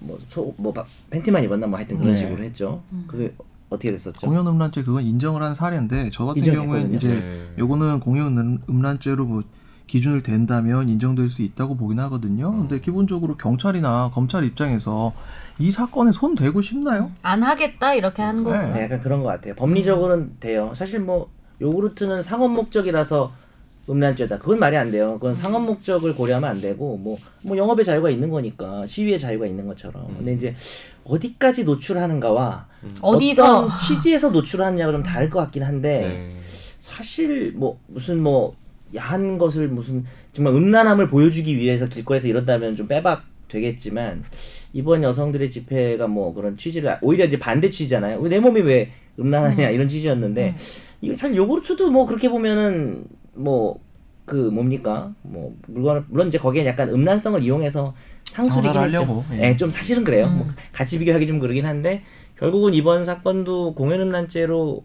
Speaker 3: 뭐뭐소뭐 팬티만 입었나 뭐 하여튼 그런
Speaker 2: 네.
Speaker 3: 식으로 했죠.
Speaker 6: 음.
Speaker 3: 그게 어떻게 됐었죠?
Speaker 2: 공연 음란죄 그건 인정을 한 사례인데 저 같은 경우에는
Speaker 3: 인정했거든요.
Speaker 2: 이제
Speaker 1: 네.
Speaker 2: 요거는 공연 음- 음란죄로 뭐 기준을 댄다면 인정될 수 있다고 보긴 하거든요.
Speaker 3: 음.
Speaker 2: 근데 기본적으로 경찰이나 검찰 입장에서 이 사건에 손 대고 싶나요?
Speaker 6: 안 하겠다 이렇게 하는 거구나.
Speaker 2: 네.
Speaker 3: 네, 약간 그런 것 같아요. 법리적으로는 돼요. 사실 뭐 요구르트는 상업 목적이라서 음란죄다. 그건 말이 안 돼요. 그건 상업 목적을 고려하면 안 되고 뭐 뭐 영업의 자유가 있는 거니까 시위의 자유가 있는 것처럼.
Speaker 2: 음.
Speaker 3: 근데 이제 어디까지 노출하는가와
Speaker 6: 어디서
Speaker 3: 어떤 취지에서 노출하느냐가 좀 다를 것 같긴 한데
Speaker 1: 네.
Speaker 3: 사실 뭐 무슨 뭐 야한 것을 무슨 정말 음란함을 보여주기 위해서 길거리에서 이런다면 좀 빼박 되겠지만 이번 여성들의 집회가 뭐 그런 취지를 오히려 이제 반대 취지잖아요. 왜 내 몸이 왜 음란하냐 이런 취지였는데 이거 사실 요구르트도 뭐 그렇게 보면은 뭐 그 뭡니까 뭐 물건 물론 이제 거기에 약간 음란성을 이용해서 상술이긴
Speaker 2: 장사를
Speaker 3: 했죠.
Speaker 2: 하려고,
Speaker 3: 예,
Speaker 2: 예.
Speaker 3: 좀 사실은 그래요.
Speaker 6: 음.
Speaker 3: 뭐 같이 비교하기 좀 그러긴 한데 결국은 이번 사건도 공연 음란죄로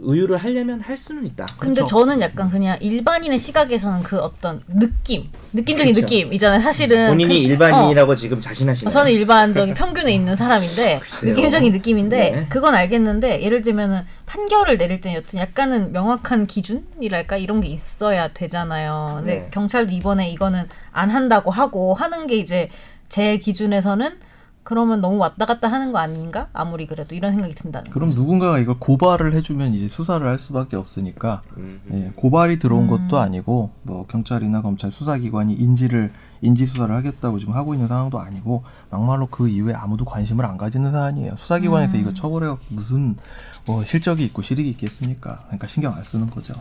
Speaker 3: 의유를 하려면 할 수는 있다. 그렇죠?
Speaker 6: 근데 저는 약간 그냥 일반인의 시각에서는 그 어떤 느낌, 느낌적인
Speaker 3: 그쵸.
Speaker 6: 느낌 있잖아요. 사실은
Speaker 3: 그렇죠. 본인이
Speaker 6: 그-
Speaker 3: 일반인이라고 지금 자신하시나요?
Speaker 6: 어, 저는 일반적인 평균에 있는 사람인데
Speaker 3: [LAUGHS] 글쎄요.
Speaker 6: 느낌적인 느낌인데
Speaker 3: 네.
Speaker 6: 그건 알겠는데 예를 들면은 판결을 내릴 때 여튼 약간은 명확한 기준이랄까 이런 게 있어야 되잖아요. 근데
Speaker 3: 네.
Speaker 6: 경찰도 이번에 이거는 안 한다고 하고 하는 게 이제 제 기준에서는 그러면 너무 왔다 갔다 하는 거 아닌가? 아무리 그래도 이런 생각이 든다는
Speaker 2: 그럼 누군가가 이걸 고발을 해주면 이제 수사를 할 수밖에 없으니까
Speaker 1: 음.
Speaker 2: 예, 고발이 들어온
Speaker 6: 음.
Speaker 2: 것도 아니고 뭐 경찰이나 검찰 수사기관이 인지를 인지 수사를 하겠다고 지금 하고 있는 상황도 아니고 막말로 그 이후에 아무도 관심을 안 가지는 사안이에요. 수사기관에서 이거 처벌해 무슨 뭐 실적이 있고 실익이 있겠습니까? 그러니까 신경 안 쓰는 거죠.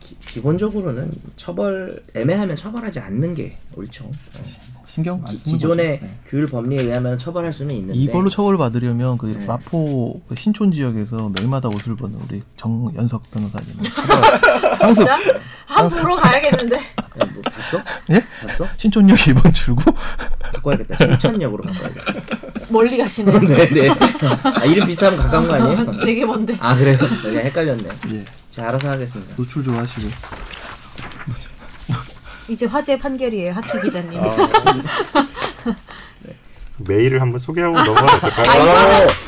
Speaker 3: 기, 기본적으로는 처벌 애매하면 처벌하지 않는 게 옳죠. 어.
Speaker 2: 신경 안
Speaker 3: 기,
Speaker 2: 쓰는
Speaker 3: 기존의
Speaker 2: 거죠. 네.
Speaker 3: 규율 법리에 의하면 처벌할 수는 있는데
Speaker 2: 이걸로 처벌받으려면 그
Speaker 3: 네.
Speaker 2: 마포 그 신촌 지역에서 매일마다 옷을 벗는 우리 정연석 변호사님 처벌- 상습
Speaker 6: 진짜? 한 아,
Speaker 3: [LAUGHS]
Speaker 6: 보러 가야겠는데.
Speaker 3: 야, 뭐 봤어?
Speaker 2: 예
Speaker 3: 봤어?
Speaker 2: 신촌역 [LAUGHS] 1번 출구
Speaker 3: 바꿔야겠다. 신천역으로 바꿔야겠다. [LAUGHS]
Speaker 6: 멀리 가시네요.
Speaker 3: 네, 네. 아, 이름 비슷하면 가까운 거 아니에요?
Speaker 6: 되게 먼데.
Speaker 3: 아 그래요? 그냥 헷갈렸네.
Speaker 2: 예
Speaker 3: 제가 알아서 하겠습니다.
Speaker 2: 노출 좋아하시고
Speaker 6: 이제 화재 판결이에요, 하키 기자님.
Speaker 3: 어.
Speaker 6: 아,
Speaker 1: 그 메일을 한번 소개하고 넘어가도 될까요? 음,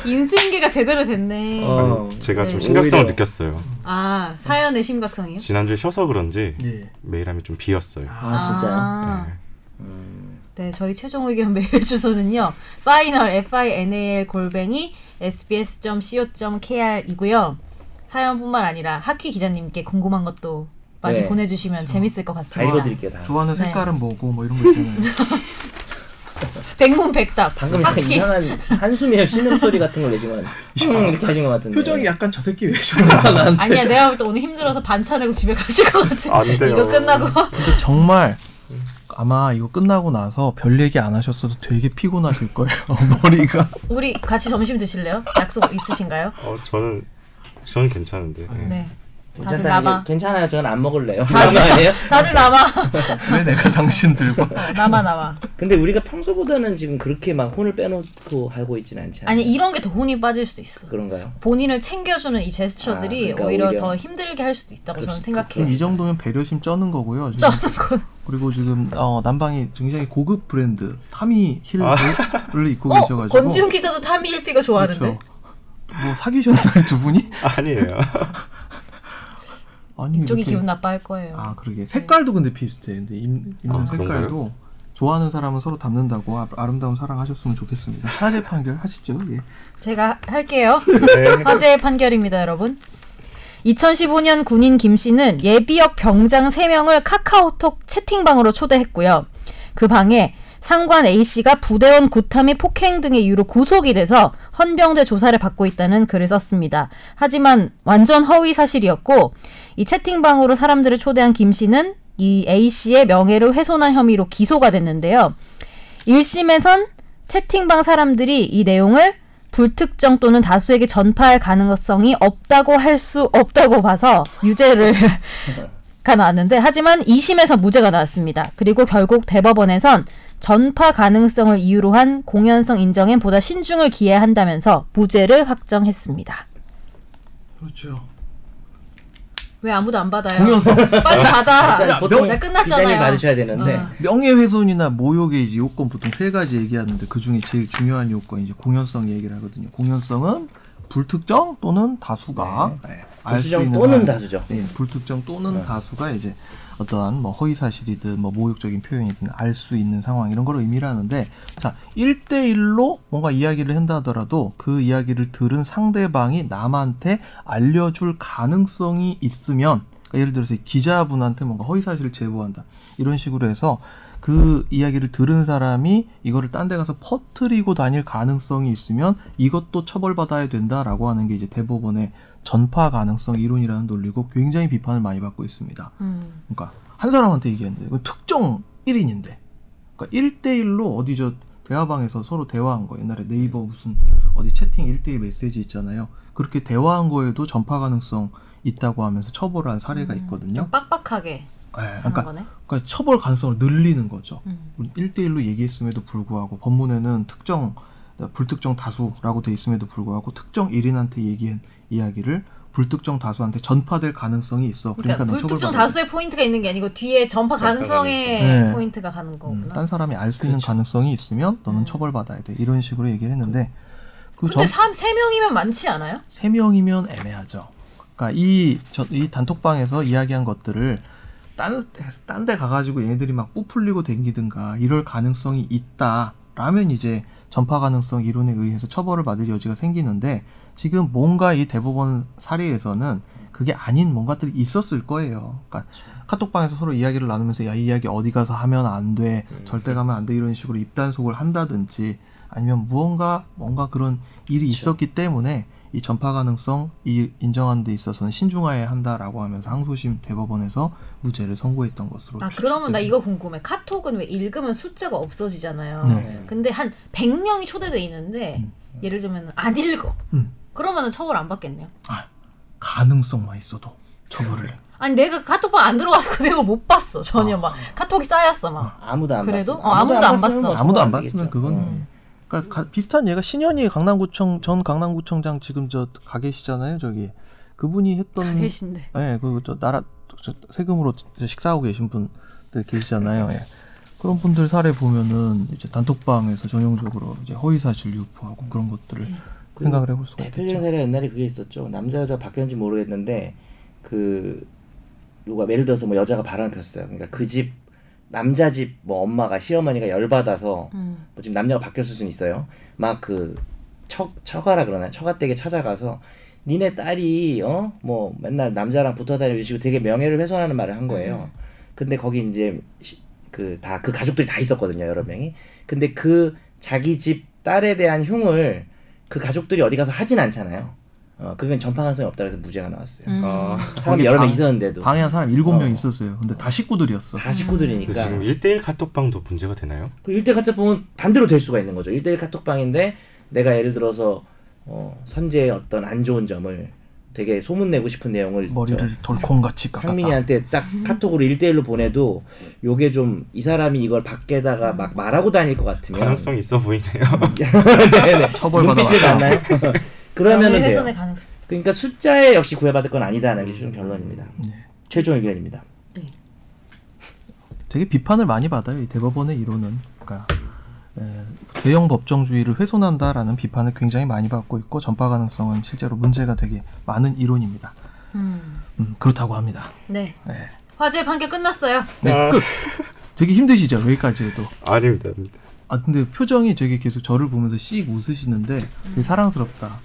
Speaker 6: 이거는 인수인계가 제대로 됐네.
Speaker 3: 아, 어,
Speaker 1: 제가 좀
Speaker 6: 네.
Speaker 1: 심각성을
Speaker 3: 오히려.
Speaker 1: 느꼈어요.
Speaker 6: 아 사연의 심각성이요?
Speaker 1: 지난주에 쉬어서 그런지
Speaker 2: 예.
Speaker 1: 메일함이 좀 비었어요.
Speaker 3: 네. 아 진짜.
Speaker 6: 아,
Speaker 1: 네.
Speaker 6: 네, 저희 최종 의견 [LAUGHS] 메일 주소는요. final f i n a l 골뱅이 sbs.co.kr이고요. 사연뿐만 아니라 하키 기자님께 궁금한 것도 많이
Speaker 3: 네.
Speaker 6: 보내주시면 재밌을 것
Speaker 3: 다
Speaker 6: 같습니다.
Speaker 3: 읽어드릴게요 다.
Speaker 2: 좋아하는
Speaker 6: 네.
Speaker 2: 색깔은 뭐고 뭐 이런 거
Speaker 6: [LAUGHS]
Speaker 2: 있잖아요.
Speaker 6: 백문백답.
Speaker 3: 방금 약간
Speaker 6: 하키.
Speaker 3: 이상한 한숨이나 신음 소리 같은 걸 내신 것 같아요. 음, 이렇게 하신 것 같은데.
Speaker 8: 표정이 약간 저 새끼 왜 저러나 나한테
Speaker 6: 아니야, 내가 볼 때 오늘 힘들어서 반차 내고 집에 가실 것 같은데.
Speaker 1: 안 돼요.
Speaker 6: 이거 끝나고.
Speaker 2: 근데 정말 아마 이거 끝나고 나서 별 얘기 안 하셨어도 되게 피곤하실 거예요. [LAUGHS] 머리가.
Speaker 6: 우리 같이 점심 드실래요? 약속 있으신가요?
Speaker 1: 어, 저는 저는
Speaker 3: 아,
Speaker 1: 괜찮은데.
Speaker 6: 네. 다들
Speaker 3: 괜찮다는
Speaker 6: 남아.
Speaker 3: 게 괜찮아요. 저는 안 먹을래요. [LAUGHS] 아니에요?
Speaker 6: 다들 남아.
Speaker 2: 왜 내가 당신 들고. [LAUGHS]
Speaker 6: 남아, 남아.
Speaker 3: 근데 우리가 평소보다는 지금 그렇게 막 혼을 빼놓고 하고 있지는 않지 않아요?
Speaker 6: 아니, 이런 게 더 혼이 빠질 수도 있어.
Speaker 3: 그런가요?
Speaker 6: 본인을 챙겨주는 이 제스처들이
Speaker 3: 아, 그러니까
Speaker 6: 오히려,
Speaker 3: 오히려.
Speaker 6: 더 힘들게 할 수도 있다고
Speaker 2: 그럼
Speaker 6: 저는 생각해요.
Speaker 2: 이 정도면 배려심 쩌는 거고요. 지금.
Speaker 6: 저는 그건-
Speaker 2: 그리고 지금 어, 남방이 굉장히 고급 브랜드 타미 힐을 입고
Speaker 6: 어?
Speaker 2: 계셔가지고.
Speaker 6: 권지훈 기자도 타미 힐피가 좋아하는데
Speaker 2: 그렇죠. 뭐 사귀셨어요 두 분이?
Speaker 1: [LAUGHS] 아니에요.
Speaker 2: 아니
Speaker 6: 이쪽이
Speaker 2: 이렇게-
Speaker 6: 기분 나빠할 거예요.
Speaker 2: 아 그러게 색깔도 근데 비슷해. 근데 입, 입는
Speaker 1: 아,
Speaker 2: 색깔도
Speaker 1: 그런가요?
Speaker 2: 좋아하는 사람은 서로 닮는다고 아, 아름다운 사랑하셨으면 좋겠습니다. 사제 판결 하시죠. 예.
Speaker 6: 제가 할게요. [LAUGHS] 화제의 판결입니다, 여러분. 2015년 군인 김 씨는 예비역 병장 3명을 카카오톡 채팅방으로 초대했고요. 그 방에 상관 A 씨가 부대원 구타및 폭행 등의 이유로 구속이 돼서 헌병대 조사를 받고 있다는 글을 썼습니다. 하지만 완전 허위 사실이었고 이 채팅방으로 사람들을 초대한 김 씨는 이 A 씨의 명예를 훼손한 혐의로 기소가 됐는데요. 1심에선 채팅방 사람들이 이 내용을 불특정 또는 다수에게 전파할 가능성이 없다고 할 수 없다고 봐서
Speaker 2: [LAUGHS]
Speaker 6: 유죄를 가 나왔는데 하지만 2심에서 무죄가 나왔습니다. 그리고 결국 대법원에선 전파 가능성을 이유로 한 공연성 인정엔 보다 신중을 기해야 한다면서 무죄를 확정했습니다.
Speaker 2: 그렇죠.
Speaker 6: 왜 아무도 안 받아요?
Speaker 2: 공연성
Speaker 6: 빨리 받아.
Speaker 3: 일단 그러니까 보통
Speaker 6: 나
Speaker 3: 기자님
Speaker 6: 끝났잖아요.
Speaker 3: 받으셔야 되는데
Speaker 6: 어.
Speaker 2: 명예훼손이나 모욕의 이제 요건 보통 세 가지 얘기하는데 그 중에 제일 중요한 요건 이제 공연성 얘기를 하거든요. 공연성은 불특정 또는 다수가 예, 알수
Speaker 3: 네. 불특정
Speaker 2: 있는
Speaker 3: 또는
Speaker 2: 한-
Speaker 3: 다수죠. 네.
Speaker 2: 예, 불특정 또는 다수가 이제 어떠한 뭐 허위 사실이든 뭐 모욕적인 표현이든 알 수 있는 상황 이런 걸 의미를 하는데 자 1대1로 뭔가 이야기를 한다 하더라도 그 이야기를 들은 상대방이 남한테 알려줄 가능성이 있으면 그러니까 예를 들어서 이 기자분한테 뭔가 허위 사실을 제보한다 이런 식으로 해서 그 이야기를 들은 사람이 이거를 딴 데 가서 퍼뜨리고 다닐 가능성이 있으면 이것도 처벌받아야 된다라고 하는 게 이제 대법원의 전파 가능성 이론이라는 논리고 굉장히 비판을 많이 받고 있습니다.
Speaker 6: 음.
Speaker 2: 그러니까 한 사람한테 얘기했는데 이건 특정 1인인데 그러니까 1대1로 어디 저 대화방에서 서로 대화한 거 옛날에 네이버 무슨 어디 채팅 1대1 메시지 있잖아요. 그렇게 대화한 거에도 전파 가능성 있다고 하면서 처벌을 한 사례가 있거든요.
Speaker 6: 좀 빡빡하게
Speaker 2: 예,
Speaker 6: 하는
Speaker 2: 그러니까
Speaker 6: 음. 거네.
Speaker 2: 그러니까 처벌 가능성을 늘리는 거죠.
Speaker 6: 음.
Speaker 2: 1대1로 얘기했음에도 불구하고 법문에는 특정 불특정 다수라고 돼 있음에도 불구하고 특정 1인한테 얘기한 이야기를 불특정 다수한테 전파될 가능성이 있어.
Speaker 6: 그러니까,
Speaker 2: 그러니까, 넌
Speaker 6: 불특정
Speaker 2: 처벌받는다.
Speaker 6: 다수의 포인트가 있는 게 아니고 뒤에 전파
Speaker 3: 전파
Speaker 6: 가능성의
Speaker 2: 가능성. 네.
Speaker 6: 포인트가 가는
Speaker 2: 음,
Speaker 6: 거구나.
Speaker 2: 딴 사람이 알 수 있는 가능성이 있으면 너는 처벌받아야 돼. 이런 식으로 얘기를 했는데 그
Speaker 6: 음. 근데
Speaker 2: 전
Speaker 6: 삼 3명이면 많지 않아요?
Speaker 2: 세명이면 애매하죠. 그러니까 이, 저, 이 단톡방에서 이야기한 것들을 딴, 딴 데 가가지고 얘네들이 막 뿌풀리고 댕기든가 이럴 가능성이 있다. 라면 이제 전파 가능성 이론에 의해서 처벌을 받을 여지가 생기는데 지금 뭔가 이 대법원 사례에서는 그게 아닌 뭔가들이 있었을 거예요. 그러니까 카톡방에서 서로 이야기를 나누면서 야, 이 이야기 어디 가서 하면 안 돼. 절대 가면 안 돼. 이런 식으로 입단속을 한다든지 아니면 무언가 뭔가 그런 일이 있었기 때문에 이 전파 가능성 이 인정하는 데 있어서는 신중해야 한다라고 하면서 항소심 대법원에서 무죄를 선고했던 것으로
Speaker 6: 아 그러면 나 이거 궁금해. 카톡은 왜 읽으면 숫자가 없어지잖아요.
Speaker 2: 네.
Speaker 6: 근데 한 100명이 초대돼 있는데 예를 들면 안 읽어.
Speaker 2: 음.
Speaker 6: 그러면은 처벌 안 받겠네요.
Speaker 2: 아, 가능성만 있어도 처벌을 해.
Speaker 6: 아니 내가 카톡방 안 들어가서 그 내용을 못 봤어 전혀
Speaker 2: 아.
Speaker 6: 막 카톡이 쌓였어 막.
Speaker 3: 아무도 안
Speaker 6: 그래도?
Speaker 3: 봤어.
Speaker 6: 어, 아무도
Speaker 3: 봤으면
Speaker 6: 안 봤어.
Speaker 3: 뭐
Speaker 2: 아무도 안
Speaker 3: 정말
Speaker 2: 봤으면
Speaker 3: 알겠죠.
Speaker 2: 그건
Speaker 3: 어.
Speaker 6: 음.
Speaker 2: 그러니까 가- 비슷한 얘가 신현희 강남구청 전 강남구청장 지금 저 가계시잖아요 저기 그분이 했던
Speaker 4: 계신데.
Speaker 2: 예, 그, 저, 나라, 저, 세금으로 저 식사하고 계신 분 들 계시잖아요. 예. 그런 분들 사례 보면은 이제 단톡방에서 전형적으로 이제 허위 사실 유포하고 그런 것들을 생각을 해볼
Speaker 3: 음.
Speaker 2: 수가
Speaker 3: 대표적인
Speaker 2: 있겠죠.
Speaker 3: 사례가 옛날에 그게 있었죠. 남자 여자 바뀌었는지 모르겠는데 그 누가 예를 들어서 뭐 여자가 바람을 폈어요. 그러니까 그 집 남자 집 뭐 엄마가 시어머니가 열 받아서
Speaker 6: 음.
Speaker 3: 뭐 지금 남녀가 바뀌었을 수는 있어요. 막 그 처가라 그러나 처가댁에 찾아가서 니네 딸이 어 뭐 맨날 남자랑 붙어 다니고 이러시고 되게 명예를 훼손하는 말을 한 거예요. 근데 거기 이제 그 다 그 가족들이 다 있었거든요 여러 명이. 근데 그 자기 집 딸에 대한 흉을 그 가족들이 어디 가서 하진 않잖아요. 어 그건 전파 가능성이 없다 그래서 무죄가 나왔어요.
Speaker 1: 아,
Speaker 3: 사람이
Speaker 2: 거기
Speaker 3: 여러 명
Speaker 2: 방-
Speaker 3: 있었는데도
Speaker 2: 방에 한 사람 일곱 명
Speaker 3: 어. 그렇죠.
Speaker 2: 있었어요. 근데 다 식구들이었어.
Speaker 3: 다
Speaker 1: 근데
Speaker 3: 식구들이니까
Speaker 2: 음.
Speaker 1: 지금 1대1 카톡방도 문제가 되나요?
Speaker 3: 그 1대1 카톡방은 반대로 될 수가 있는 거죠. 1대1 카톡방인데 내가 예를 들어서 어, 선재의 어떤 안 좋은 점을 되게 소문내고 싶은 내용을 저-
Speaker 2: 머리를 돌콩같이 깎았다.
Speaker 3: 상민이한테 딱 카톡으로 1대1로 보내도 요게 좀 이 사람이 이걸 밖에다가 막 말하고 다닐 것 같으면
Speaker 1: 가능성이 있어 보이네요.
Speaker 3: 음. 네네.
Speaker 2: 처벌받아
Speaker 3: 눈빛을 봤나요? 그러면은 돼요.
Speaker 6: 훼손의 가능성.
Speaker 3: 그러니까 숫자에 역시 구애받을 건 아니다는 게 최종 결론입니다. 최종 의견입니다.
Speaker 2: 되게 비판을 많이 받아요. 이 대법원의 이론은. 그러니까 에, 죄형 법정주의를 훼손한다라는 비판을 굉장히 많이 받고 있고 전파 가능성은 실제로 문제가 되게 많은 이론입니다.
Speaker 6: 음.
Speaker 2: 음, 그렇다고 합니다.
Speaker 6: 네. 화재 판결 끝났어요.
Speaker 2: 네, 끝. 되게 힘드시죠 여기까지 해도.
Speaker 1: [LAUGHS] 아닙니다. 아닙니다.
Speaker 2: 아 근데 표정이 되게 계속 저를 보면서 씩 웃으시는데 되게 사랑스럽다.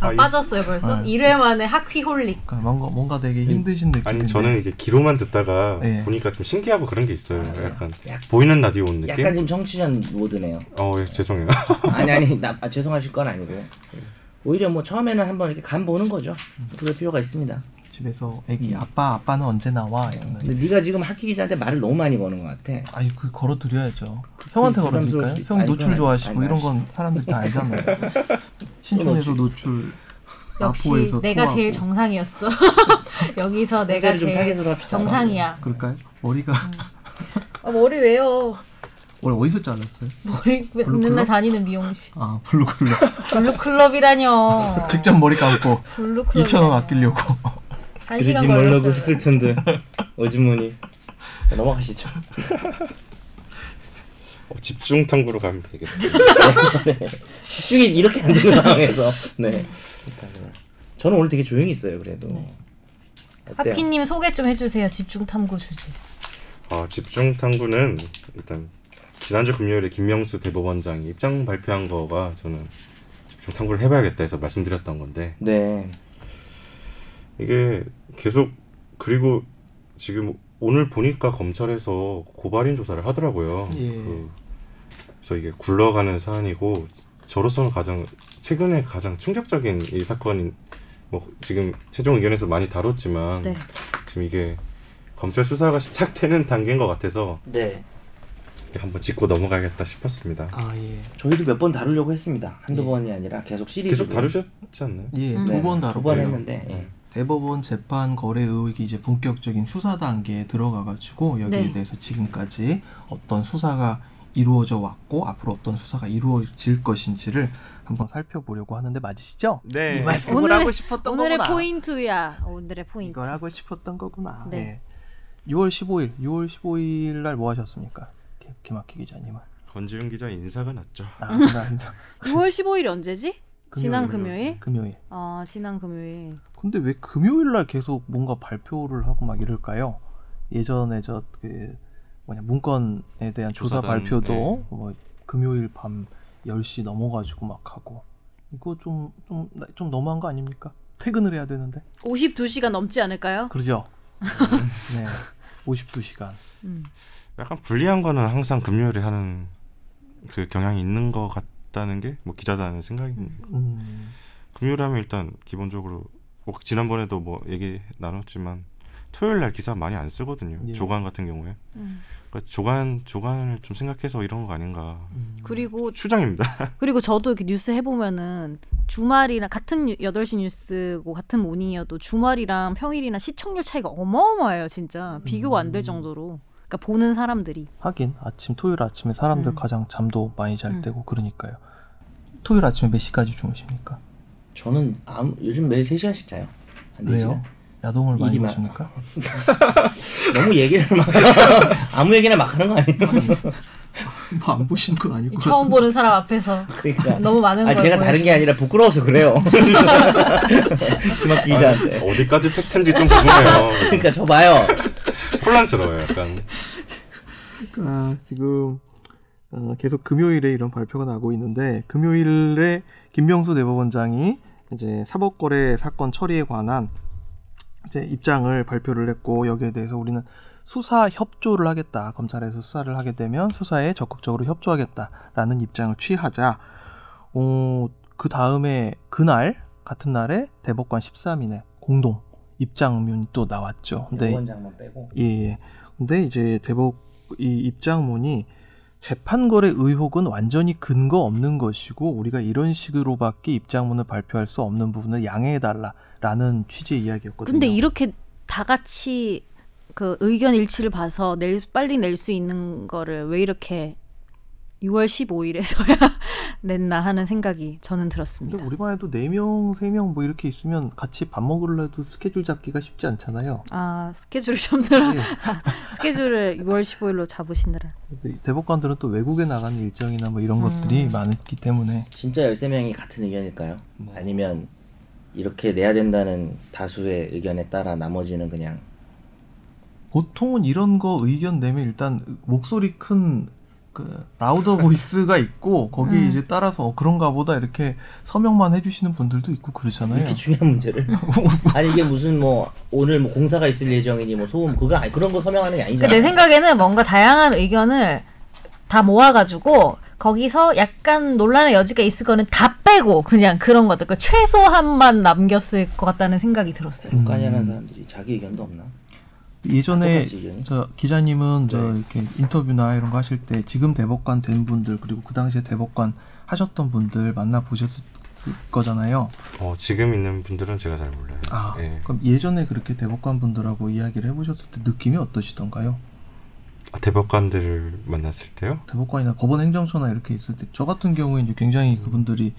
Speaker 6: 아,
Speaker 1: 아, 이-
Speaker 6: 빠졌어요 벌써.
Speaker 2: 아.
Speaker 6: 1회 만에 학휘홀릭.
Speaker 2: 그러니까 뭔가 뭔가 되게 힘드신 느낌.
Speaker 1: 아니 저는 이게 기로만 듣다가
Speaker 2: 예.
Speaker 1: 보니까 좀 신기하고 그런 게 있어요. 약간
Speaker 3: 네. 아, 약-
Speaker 1: 보이는 라디오 온 느낌?
Speaker 3: 약간 지금 청취전 모드네요.
Speaker 1: 어 예, 죄송해요. [LAUGHS]
Speaker 3: 아니 아니 나 아, 죄송하실 건 아니고요. 오히려 뭐 처음에는 한번 이렇게 간 보는 거죠. 그럴 필요가 있습니다.
Speaker 2: 집에서 애기 아빠 아빠는 언제 나와 이러면.
Speaker 3: 근데 네가 지금 학기 기자한테 말을 너무 많이 거는 것 같아.
Speaker 2: 아니 그 걸어드려야죠. 형한테
Speaker 3: 그 부담스러울
Speaker 2: 걸어드릴까요?
Speaker 3: 수도 있-
Speaker 2: 형
Speaker 3: 아니,
Speaker 2: 노출
Speaker 3: 그건
Speaker 2: 좋아하시고
Speaker 3: 아니,
Speaker 2: 이런 건 사람들이 다 알잖아요. 신촌에서 노출,
Speaker 6: 역시
Speaker 2: 마포에서
Speaker 6: 내가
Speaker 2: 아, 통하고.
Speaker 6: 제일 정상이었어. [LAUGHS] 여기서 내가
Speaker 3: 소재를 좀
Speaker 6: 제일
Speaker 3: 타겟으로 합시다.
Speaker 6: 정상이야.
Speaker 2: 그럴까요? 머리가
Speaker 6: 아, 머리 왜요?
Speaker 2: [LAUGHS] 원래 어디서 잘랐어요?
Speaker 6: 머리 왜-
Speaker 2: 블루클럽?
Speaker 6: 맨날 다니는 미용실.
Speaker 2: 아 블루클럽
Speaker 6: 블루클럽이라뇨.
Speaker 2: [LAUGHS] 직접 머리 감고
Speaker 6: 블루클럽.
Speaker 2: 2천 원 아끼려고
Speaker 6: 한 시간
Speaker 3: [LAUGHS]
Speaker 6: 걸렸어요.
Speaker 3: 텐데 어지문이 넘어가시죠.
Speaker 1: 어, 집중 탐구로 가면 되겠어요.
Speaker 3: 집중이 이렇게 안 되는 상황에서 네. 저는 오늘 되게 조용히 있어요. 그래도
Speaker 2: 네.
Speaker 3: 어때요?
Speaker 6: 하피님 소개 좀 해주세요. 집중 탐구 주제.
Speaker 1: 아, 집중 탐구는 일단 지난주 금요일에 김명수 대법원장이 입장 발표한 거가 저는 집중 탐구를 해봐야겠다 해서 말씀드렸던 건데
Speaker 3: 네.
Speaker 1: 이게 계속 그리고 지금 오늘 보니까 검찰에서 고발인 조사를 하더라고요.
Speaker 2: 예.
Speaker 1: 그, 그래서 이게 굴러가는 사안이고 저로서는 가장 최근에 가장 충격적인 이 사건인 뭐 지금 최종 의견에서 많이 다뤘지만
Speaker 6: 네.
Speaker 1: 지금 이게 검찰 수사가 시작되는 단계인 것 같아서
Speaker 3: 네.
Speaker 1: 한번 짚고 넘어가야겠다 싶었습니다.
Speaker 2: 아예
Speaker 3: 저희도 몇 번 다루려고 했습니다. 한두 번이 아니라 계속 시리즈
Speaker 1: 계속 다루셨지 않나요?
Speaker 2: 예 두 번
Speaker 3: 음. 두번
Speaker 2: 다루고요
Speaker 3: 했는데 예.
Speaker 2: 대법원 재판 거래 의혹이 이제 본격적인 수사 단계에 들어가가지고 여기에
Speaker 6: 네.
Speaker 2: 대해서 지금까지 어떤 수사가 이루어져 왔고 앞으로 어떤 수사가 이루어질 것인지를 한번 살펴보려고 하는데 맞으시죠?
Speaker 5: 네.
Speaker 2: 이 말씀을
Speaker 4: 오늘의-
Speaker 2: 하고 싶었던
Speaker 4: 오늘의
Speaker 2: 거구나.
Speaker 4: 포인트야. 오늘의 포인트.
Speaker 2: 이걸 하고 싶었던 거구나.
Speaker 4: 네.
Speaker 2: 예. 6월 15일, 6월 15일 날 뭐 하셨습니까? 김- 김학기 기자님은.
Speaker 1: 권지윤 기자 인사가 났죠.
Speaker 2: 아, 감사합니다.
Speaker 4: 6월 15일이 언제지? 지난 금요일?
Speaker 2: 금요일.
Speaker 4: 아, 지난 금요일.
Speaker 2: 근데 왜 금요일 날 계속 뭔가 발표를 하고 막 이럴까요? 예전에 저 그 뭐냐 문건에 대한 조사
Speaker 1: 조사단,
Speaker 2: 발표도
Speaker 1: 예.
Speaker 2: 뭐 금요일 밤 10시 넘어가지고 막 하고 이거 좀 좀 좀 너무한 거 아닙니까? 퇴근을 해야 되는데
Speaker 4: 52시간 넘지 않을까요?
Speaker 2: 그러죠? 네, 52시간.
Speaker 4: 음.
Speaker 1: 약간 불리한 거는 항상 금요일에 하는 그 경향이 있는 것 같다는 게 뭐 기자다는 생각이
Speaker 2: 음,
Speaker 1: 금요일 하면 일단 기본적으로 뭐 지난번에도 뭐 얘기 나눴지만 토요일 날 기사 많이 안 쓰거든요.
Speaker 2: 예.
Speaker 1: 조간 같은 경우에
Speaker 4: 음.
Speaker 1: 그러니까 조간 조간을 좀 생각해서 이런 거 아닌가
Speaker 2: 음.
Speaker 4: 그리고
Speaker 1: 추정입니다.
Speaker 4: 그리고 저도 이렇게 뉴스 해보면은 주말이랑 같은 뉴- 8시 뉴스고 같은 모닝이어도 주말이랑 평일이나 시청률 차이가 어마어마해요 진짜 비교가 안 될 정도로 그러니까 보는 사람들이
Speaker 2: 하긴 아침 토요일 아침에 사람들
Speaker 4: 음.
Speaker 2: 가장 잠도 많이 잘
Speaker 4: 음.
Speaker 2: 때고 그러니까요. 토요일 아침에 몇 시까지 주무십니까?
Speaker 3: 저는 아무, 요즘 매일 3시간씩 자요. 한 4시간.
Speaker 2: 왜요?
Speaker 9: 야동을 많이
Speaker 3: 일이 많아.
Speaker 9: 보십니까?
Speaker 3: 너무 얘기를 막 [LAUGHS] 아무 얘기나 막 하는 거 아니에요?
Speaker 2: 뭐 안 보시는 건 아닐
Speaker 4: 이
Speaker 2: 것
Speaker 4: 처음 보는 사람 앞에서
Speaker 3: 그러니까
Speaker 4: [LAUGHS] 너무 많은
Speaker 3: 아
Speaker 4: 걸
Speaker 3: 제가 다른 게 아니라 부끄러워서 [LAUGHS] 그래요. 심학 기자한테.
Speaker 1: 네, 어디까지 팩트인지 좀 궁금해요.
Speaker 3: 그러니까 저 봐요.
Speaker 1: [LAUGHS] 혼란스러워요, 약간.
Speaker 2: 아, 지금 어, 계속 금요일에 이런 발표가 나고 있는데 금요일에 김명수 대법원장이 이제 사법거래 사건 처리에 관한 이제 입장을 발표를 했고 여기에 대해서 우리는 수사 협조를 하겠다 검찰에서 수사를 하게 되면 수사에 적극적으로 협조하겠다라는 입장을 취하자 어, 그 다음에 그날 같은 날에 대법관 13인의 공동 입장문이 또 나왔죠. 근데
Speaker 3: 원장만 빼고.
Speaker 2: 예, 예. 근데 이제 대법 이 입장문이 재판거래 의혹은 완전히 근거 없는 것이고 우리가 이런 식으로밖에 입장문을 발표할 수 없는 부분을 양해해달라라는 취지의 이야기였거든요.
Speaker 6: 근데 이렇게 다 같이 그 의견 일치를 봐서 낼 빨리 낼 수 있는 거를 왜 이렇게 6월 15일에서야 [LAUGHS] 냈나 하는 생각이 저는
Speaker 2: 근데
Speaker 6: 들었습니다.
Speaker 2: 우리만 해도 네 명, 세 명 뭐 이렇게 있으면 같이 밥 먹으려 해도 스케줄 잡기가 쉽지 않잖아요.
Speaker 6: 아 스케줄을 잡느라
Speaker 2: 예.
Speaker 6: [LAUGHS] 스케줄을 6월 15일로 잡으시느라
Speaker 2: 근데 대법관들은 또 외국에 나가는 일정이나 뭐 이런
Speaker 6: 음.
Speaker 2: 것들이 많기 때문에
Speaker 3: 진짜 13명이 같은 의견일까요? 아니면 이렇게 내야 된다는 다수의 의견에 따라 나머지는 그냥
Speaker 2: 보통은 이런 거 의견 내면 일단 목소리 큰 그 라우더 보이스가 있고 거기에
Speaker 4: 음.
Speaker 2: 이제 따라서 어, 그런가 보다 이렇게 서명만 해주시는 분들도 있고 그러잖아요.
Speaker 3: 이렇게 중요한 문제를 아니 이게 무슨 뭐 오늘 뭐 공사가 있을 예정이니 뭐 소음 그거 아니 그런 거 서명하는 게
Speaker 4: 그
Speaker 2: 네.
Speaker 3: 아니잖아.
Speaker 4: 내 생각에는 뭔가 다양한 의견을 다 모아가지고 거기서 약간 논란의 여지가 있을 거는 다 빼고 그냥 그런 것들 그 최소한만 남겼을 것 같다는 생각이 들었어요.
Speaker 3: 국가냐는 음. 사람들이 자기 의견도 없나?
Speaker 2: 예전에
Speaker 3: 똑같이 의견이?
Speaker 2: 저 기자님은 저
Speaker 3: 네.
Speaker 2: 이렇게 인터뷰나 이런 거 하실 때 지금 대법관 된 분들 그리고 그 당시에 대법관 하셨던 분들 만나 보셨을 거잖아요.
Speaker 1: 어, 지금 있는 분들은 제가 잘 몰라요.
Speaker 2: 아
Speaker 1: 예.
Speaker 2: 그럼 예전에 그렇게 대법관 분들하고 이야기를 해보셨을 때 느낌이 어떠시던가요?
Speaker 1: 아, 대법관들을 만났을 때요?
Speaker 2: 대법관이나 법원 행정처나 이렇게 있을 때 저 같은 경우에 이제 굉장히
Speaker 4: 음.
Speaker 2: 그분들이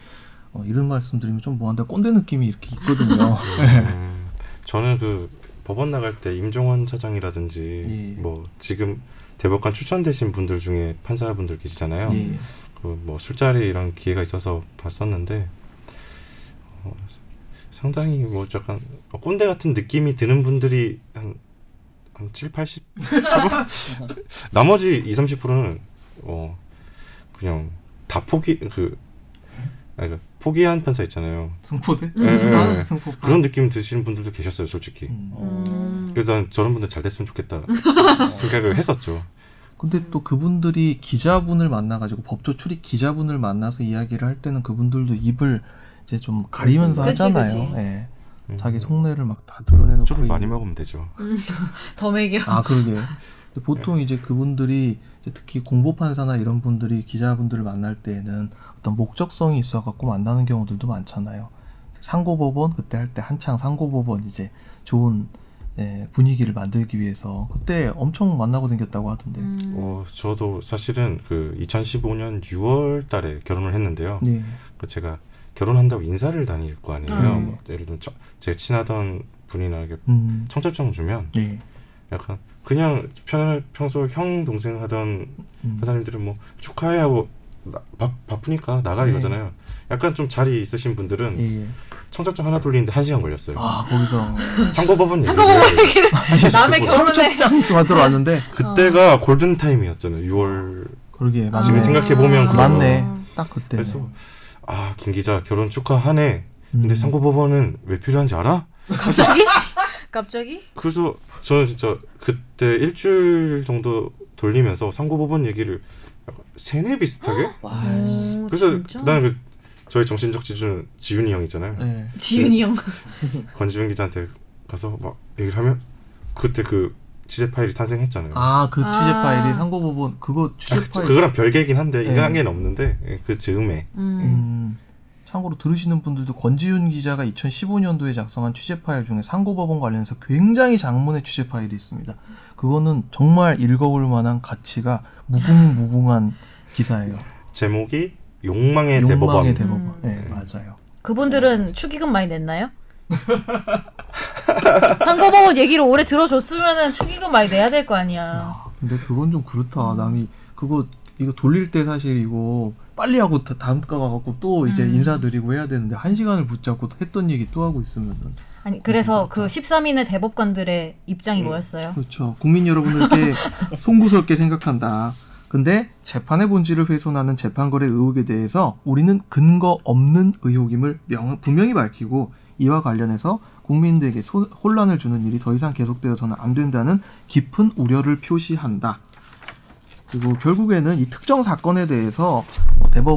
Speaker 2: 어, 이런 말씀드리면 좀 뭐한데 꼰대 느낌이 이렇게
Speaker 4: [LAUGHS]
Speaker 2: 있거든요.
Speaker 4: 네.
Speaker 1: 음, 저는 그 법원 나갈 때 임종원 차장이라든지
Speaker 2: 예.
Speaker 1: 뭐 지금 대법관 추천되신 분들 중에 판사분들 계시잖아요.
Speaker 2: 예.
Speaker 1: 그 뭐 술자리 이런 기회가 있어서 봤었는데 어, 상당히 뭐 약간 어, 꼰대 같은 느낌이 드는 분들이 한, 한 7, 80 [LAUGHS] 나머지 2, 30%는 어 그냥 다 포기 그 아니, 그 포기한 판사 있잖아요.
Speaker 2: 승포대?
Speaker 4: 네.
Speaker 1: 예, 예.
Speaker 2: 승포.
Speaker 1: 그런 느낌 드시는 분들도 계셨어요, 솔직히.
Speaker 2: 아. 음.
Speaker 3: 어.
Speaker 6: 음,
Speaker 1: 그래서 난 저런 분들 잘 됐으면 [LAUGHS] 좋겠다 생각을 했었죠.
Speaker 2: 근데 또 그분들이 기자분을 만나가지고 법조 출입 기자분을 만나서 이야기를 할 때는 그분들도 입을 이제 좀 가리면서
Speaker 4: 그치,
Speaker 2: 하잖아요.
Speaker 4: 그치. 음.
Speaker 2: 예. 자기 속내를 막 다 드러내놓고.
Speaker 1: 술을 많이
Speaker 2: 있는.
Speaker 1: 먹으면 되죠.
Speaker 4: 더 매겨.
Speaker 2: 아 [LAUGHS] 그러게요. 근데 보통 이제 그분들이 이제 특히 공보판사나 이런 분들이 기자분들을 만날 때에는 어떤 목적성이 있어갖고 만나는 경우들도 많잖아요. 상고법원 그때 할 때 한창 상고법원 이제 좋은 예, 분위기를 만들기 위해서 그때 엄청 만나고 댕겼다고 하던데.
Speaker 1: 어, 저도 사실은 그 2015년 6월 달에 결혼을 했는데요.
Speaker 2: 네.
Speaker 1: 그 제가 결혼한다고 인사를 다닐 거 아니에요.
Speaker 4: 아,
Speaker 1: 뭐 예를 들면 처- 제가 친하던 분이나 이렇게
Speaker 2: 음.
Speaker 1: 청첩장 주면
Speaker 2: 네.
Speaker 1: 약간 그냥 편, 평소 형 동생 하던
Speaker 2: 음.
Speaker 1: 사장님들은 뭐 축하해 하고 나- 바, 바쁘니까 나가
Speaker 2: 네.
Speaker 1: 이거잖아요. 약간 좀 자리 있으신 분들은
Speaker 2: 예, 예.
Speaker 1: 청첩장 하나 돌리는데 한 시간 걸렸어요.
Speaker 2: 아
Speaker 1: [LAUGHS]
Speaker 2: 거기서
Speaker 1: 상고법원 얘기를
Speaker 4: 남의
Speaker 1: 듣고
Speaker 4: 결혼에
Speaker 2: 짱 받으러 왔는데
Speaker 1: 그때가 골든 타임이었잖아요. 6월
Speaker 2: 그러게
Speaker 6: 아,
Speaker 2: 맞네.
Speaker 1: 지금 아, 생각해 보면
Speaker 2: 맞네.
Speaker 1: 음.
Speaker 2: 딱 그때.
Speaker 1: 그래서 아 김 기자 결혼 축하하네. 근데
Speaker 2: 음.
Speaker 1: 상고법원은 왜 필요한지 알아?
Speaker 2: [LAUGHS]
Speaker 6: 갑자기 갑자기
Speaker 1: 그래서 저는 진짜 그때 일주일 정도 돌리면서 상고법원 얘기를 약간 세뇌 비슷하게.
Speaker 3: 와.
Speaker 6: 오,
Speaker 1: 그래서
Speaker 6: 아, 진짜?
Speaker 1: 나는 그 저희 정신적 지주는 지윤이 형이잖아요.
Speaker 2: 예.
Speaker 1: 네.
Speaker 6: 지윤이 형
Speaker 1: 권지윤 기자한테 가서 막 얘기를 하면 그때 그 취재 파일이 탄생했잖아요.
Speaker 2: 아그 취재
Speaker 6: 아.
Speaker 2: 파일이 상고법원 그거 취재
Speaker 1: 아, 그-
Speaker 2: 파일.
Speaker 1: 그거랑 별개긴 한데
Speaker 2: 네.
Speaker 1: 이거 한개는 없는데 예, 그 즈음에
Speaker 6: 음.
Speaker 2: 음, 참고로 들으시는 분들도 권지윤 기자가 2015년도에 작성한 취재 파일 중에 상고법원 관련해서 굉장히 장문의 취재 파일이 있습니다. 그거는 정말 읽어볼 만한 가치가 무궁무궁한 기사예요.
Speaker 1: 제목이 욕망의,
Speaker 2: 욕망의
Speaker 1: 대법원.
Speaker 6: 음.
Speaker 2: 대법원. 네, 맞아요.
Speaker 6: [LAUGHS]
Speaker 4: 그분들은 축의금 많이 냈나요?
Speaker 6: 상고법원 얘기를 오래 들어줬으면은 축의금 많이 내야 될 거 아니야.
Speaker 2: 근데 그건 좀 그렇다. 남이 그거 이거 돌릴 때 사실 이거 빨리 하고 다, 다음 가 가갖고 또 이제
Speaker 6: 음.
Speaker 2: 인사드리고 해야 되는데 한 시간을 붙잡고 했던 얘기 또 하고 있으면은
Speaker 6: 아니 그래서 그 13인의 대법관들의 입장이
Speaker 1: 음.
Speaker 6: 뭐였어요?
Speaker 2: 그렇죠. 국민 여러분들께 송구스럽게 생각한다. 근데 재판의 본질을 훼손하는 재판거래 의혹에 대해서 우리는 근거 없는 의혹임을 명, 분명히 밝히고 이와 관련해서 국민들에게 소- 혼란을 주는 일이 더 이상 계속되어서는 안 된다는 깊은 우려를 표시한다. 그리고 결국에는 이 특정 사건에 대해서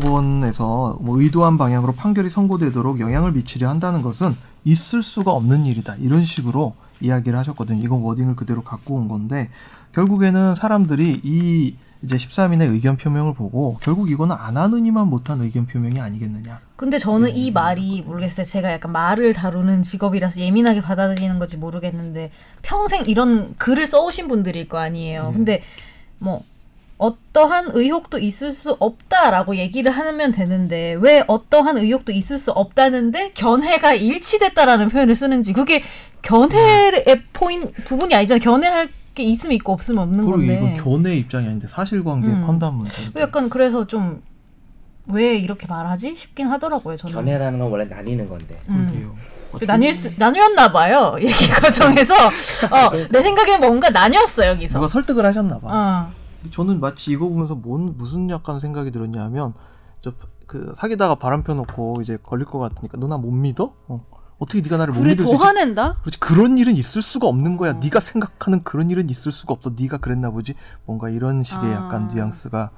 Speaker 2: 대법원에서 뭐 의도한 방향으로 판결이 선고되도록 영향을 미치려 한다는 것은 있을 수가 없는 일이다. 이런 식으로 이야기를 하셨거든요. 이건 워딩을 그대로 갖고 온 건데 결국에는 사람들이 이 이제 13인의 의견 표명을 보고 결국 이거는 안 하느니만 못한 의견 표명이 아니겠느냐.
Speaker 6: 근데 저는 이 말이 모르겠어요. 제가 약간 말을 다루는 직업이라서 예민하게 받아들이는 건지 모르겠는데 평생 이런 글을 써오신 분들일 거 아니에요. 근데 뭐 어떠한 의혹도 있을 수 없다라고 얘기를 하면 되는데 왜 어떠한 의혹도 있을 수 없다는데 견해가 일치됐다라는 표현을 쓰는지 그게 견해의 포인 부분이 아니잖아요. 견해할 게 있으면 있고 없으면 없는
Speaker 2: 그리고
Speaker 6: 건데.
Speaker 2: 이건 견해 입장이 아닌데 사실관계
Speaker 6: 음.
Speaker 2: 판단 문제.
Speaker 6: 약간 그래서 좀 왜 이렇게 말하지 싶긴 하더라고요. 저는.
Speaker 3: 견해라는 건 원래 나뉘는 건데.
Speaker 2: 그러게요.
Speaker 6: 그 나뉠 수, 나뉘었나 봐요. [LAUGHS] 얘기 과정에서 어, 내 생각에 뭔가 나뉘었어 여기서.
Speaker 2: 누가 설득을 하셨나 봐.
Speaker 6: 어.
Speaker 2: 근데 저는 마치 이거 보면서 뭔 무슨 약간 생각이 들었냐면 저 그 사귀다가 바람 펴놓고 이제 걸릴 것 같으니까 너 나 못 믿어? 어. 어떻게 네가 나를 못
Speaker 4: 둘이
Speaker 2: 믿을 수
Speaker 4: 더
Speaker 2: 있지?
Speaker 4: 화낸다?
Speaker 2: 그렇지 그런 일은 있을 수가 없는
Speaker 4: 어.
Speaker 2: 거야. 네가 생각하는 그런 일은 있을 수가 없어. 네가 그랬나 보지. 뭔가 이런 식의
Speaker 4: 아.
Speaker 2: 약간 뉘앙스가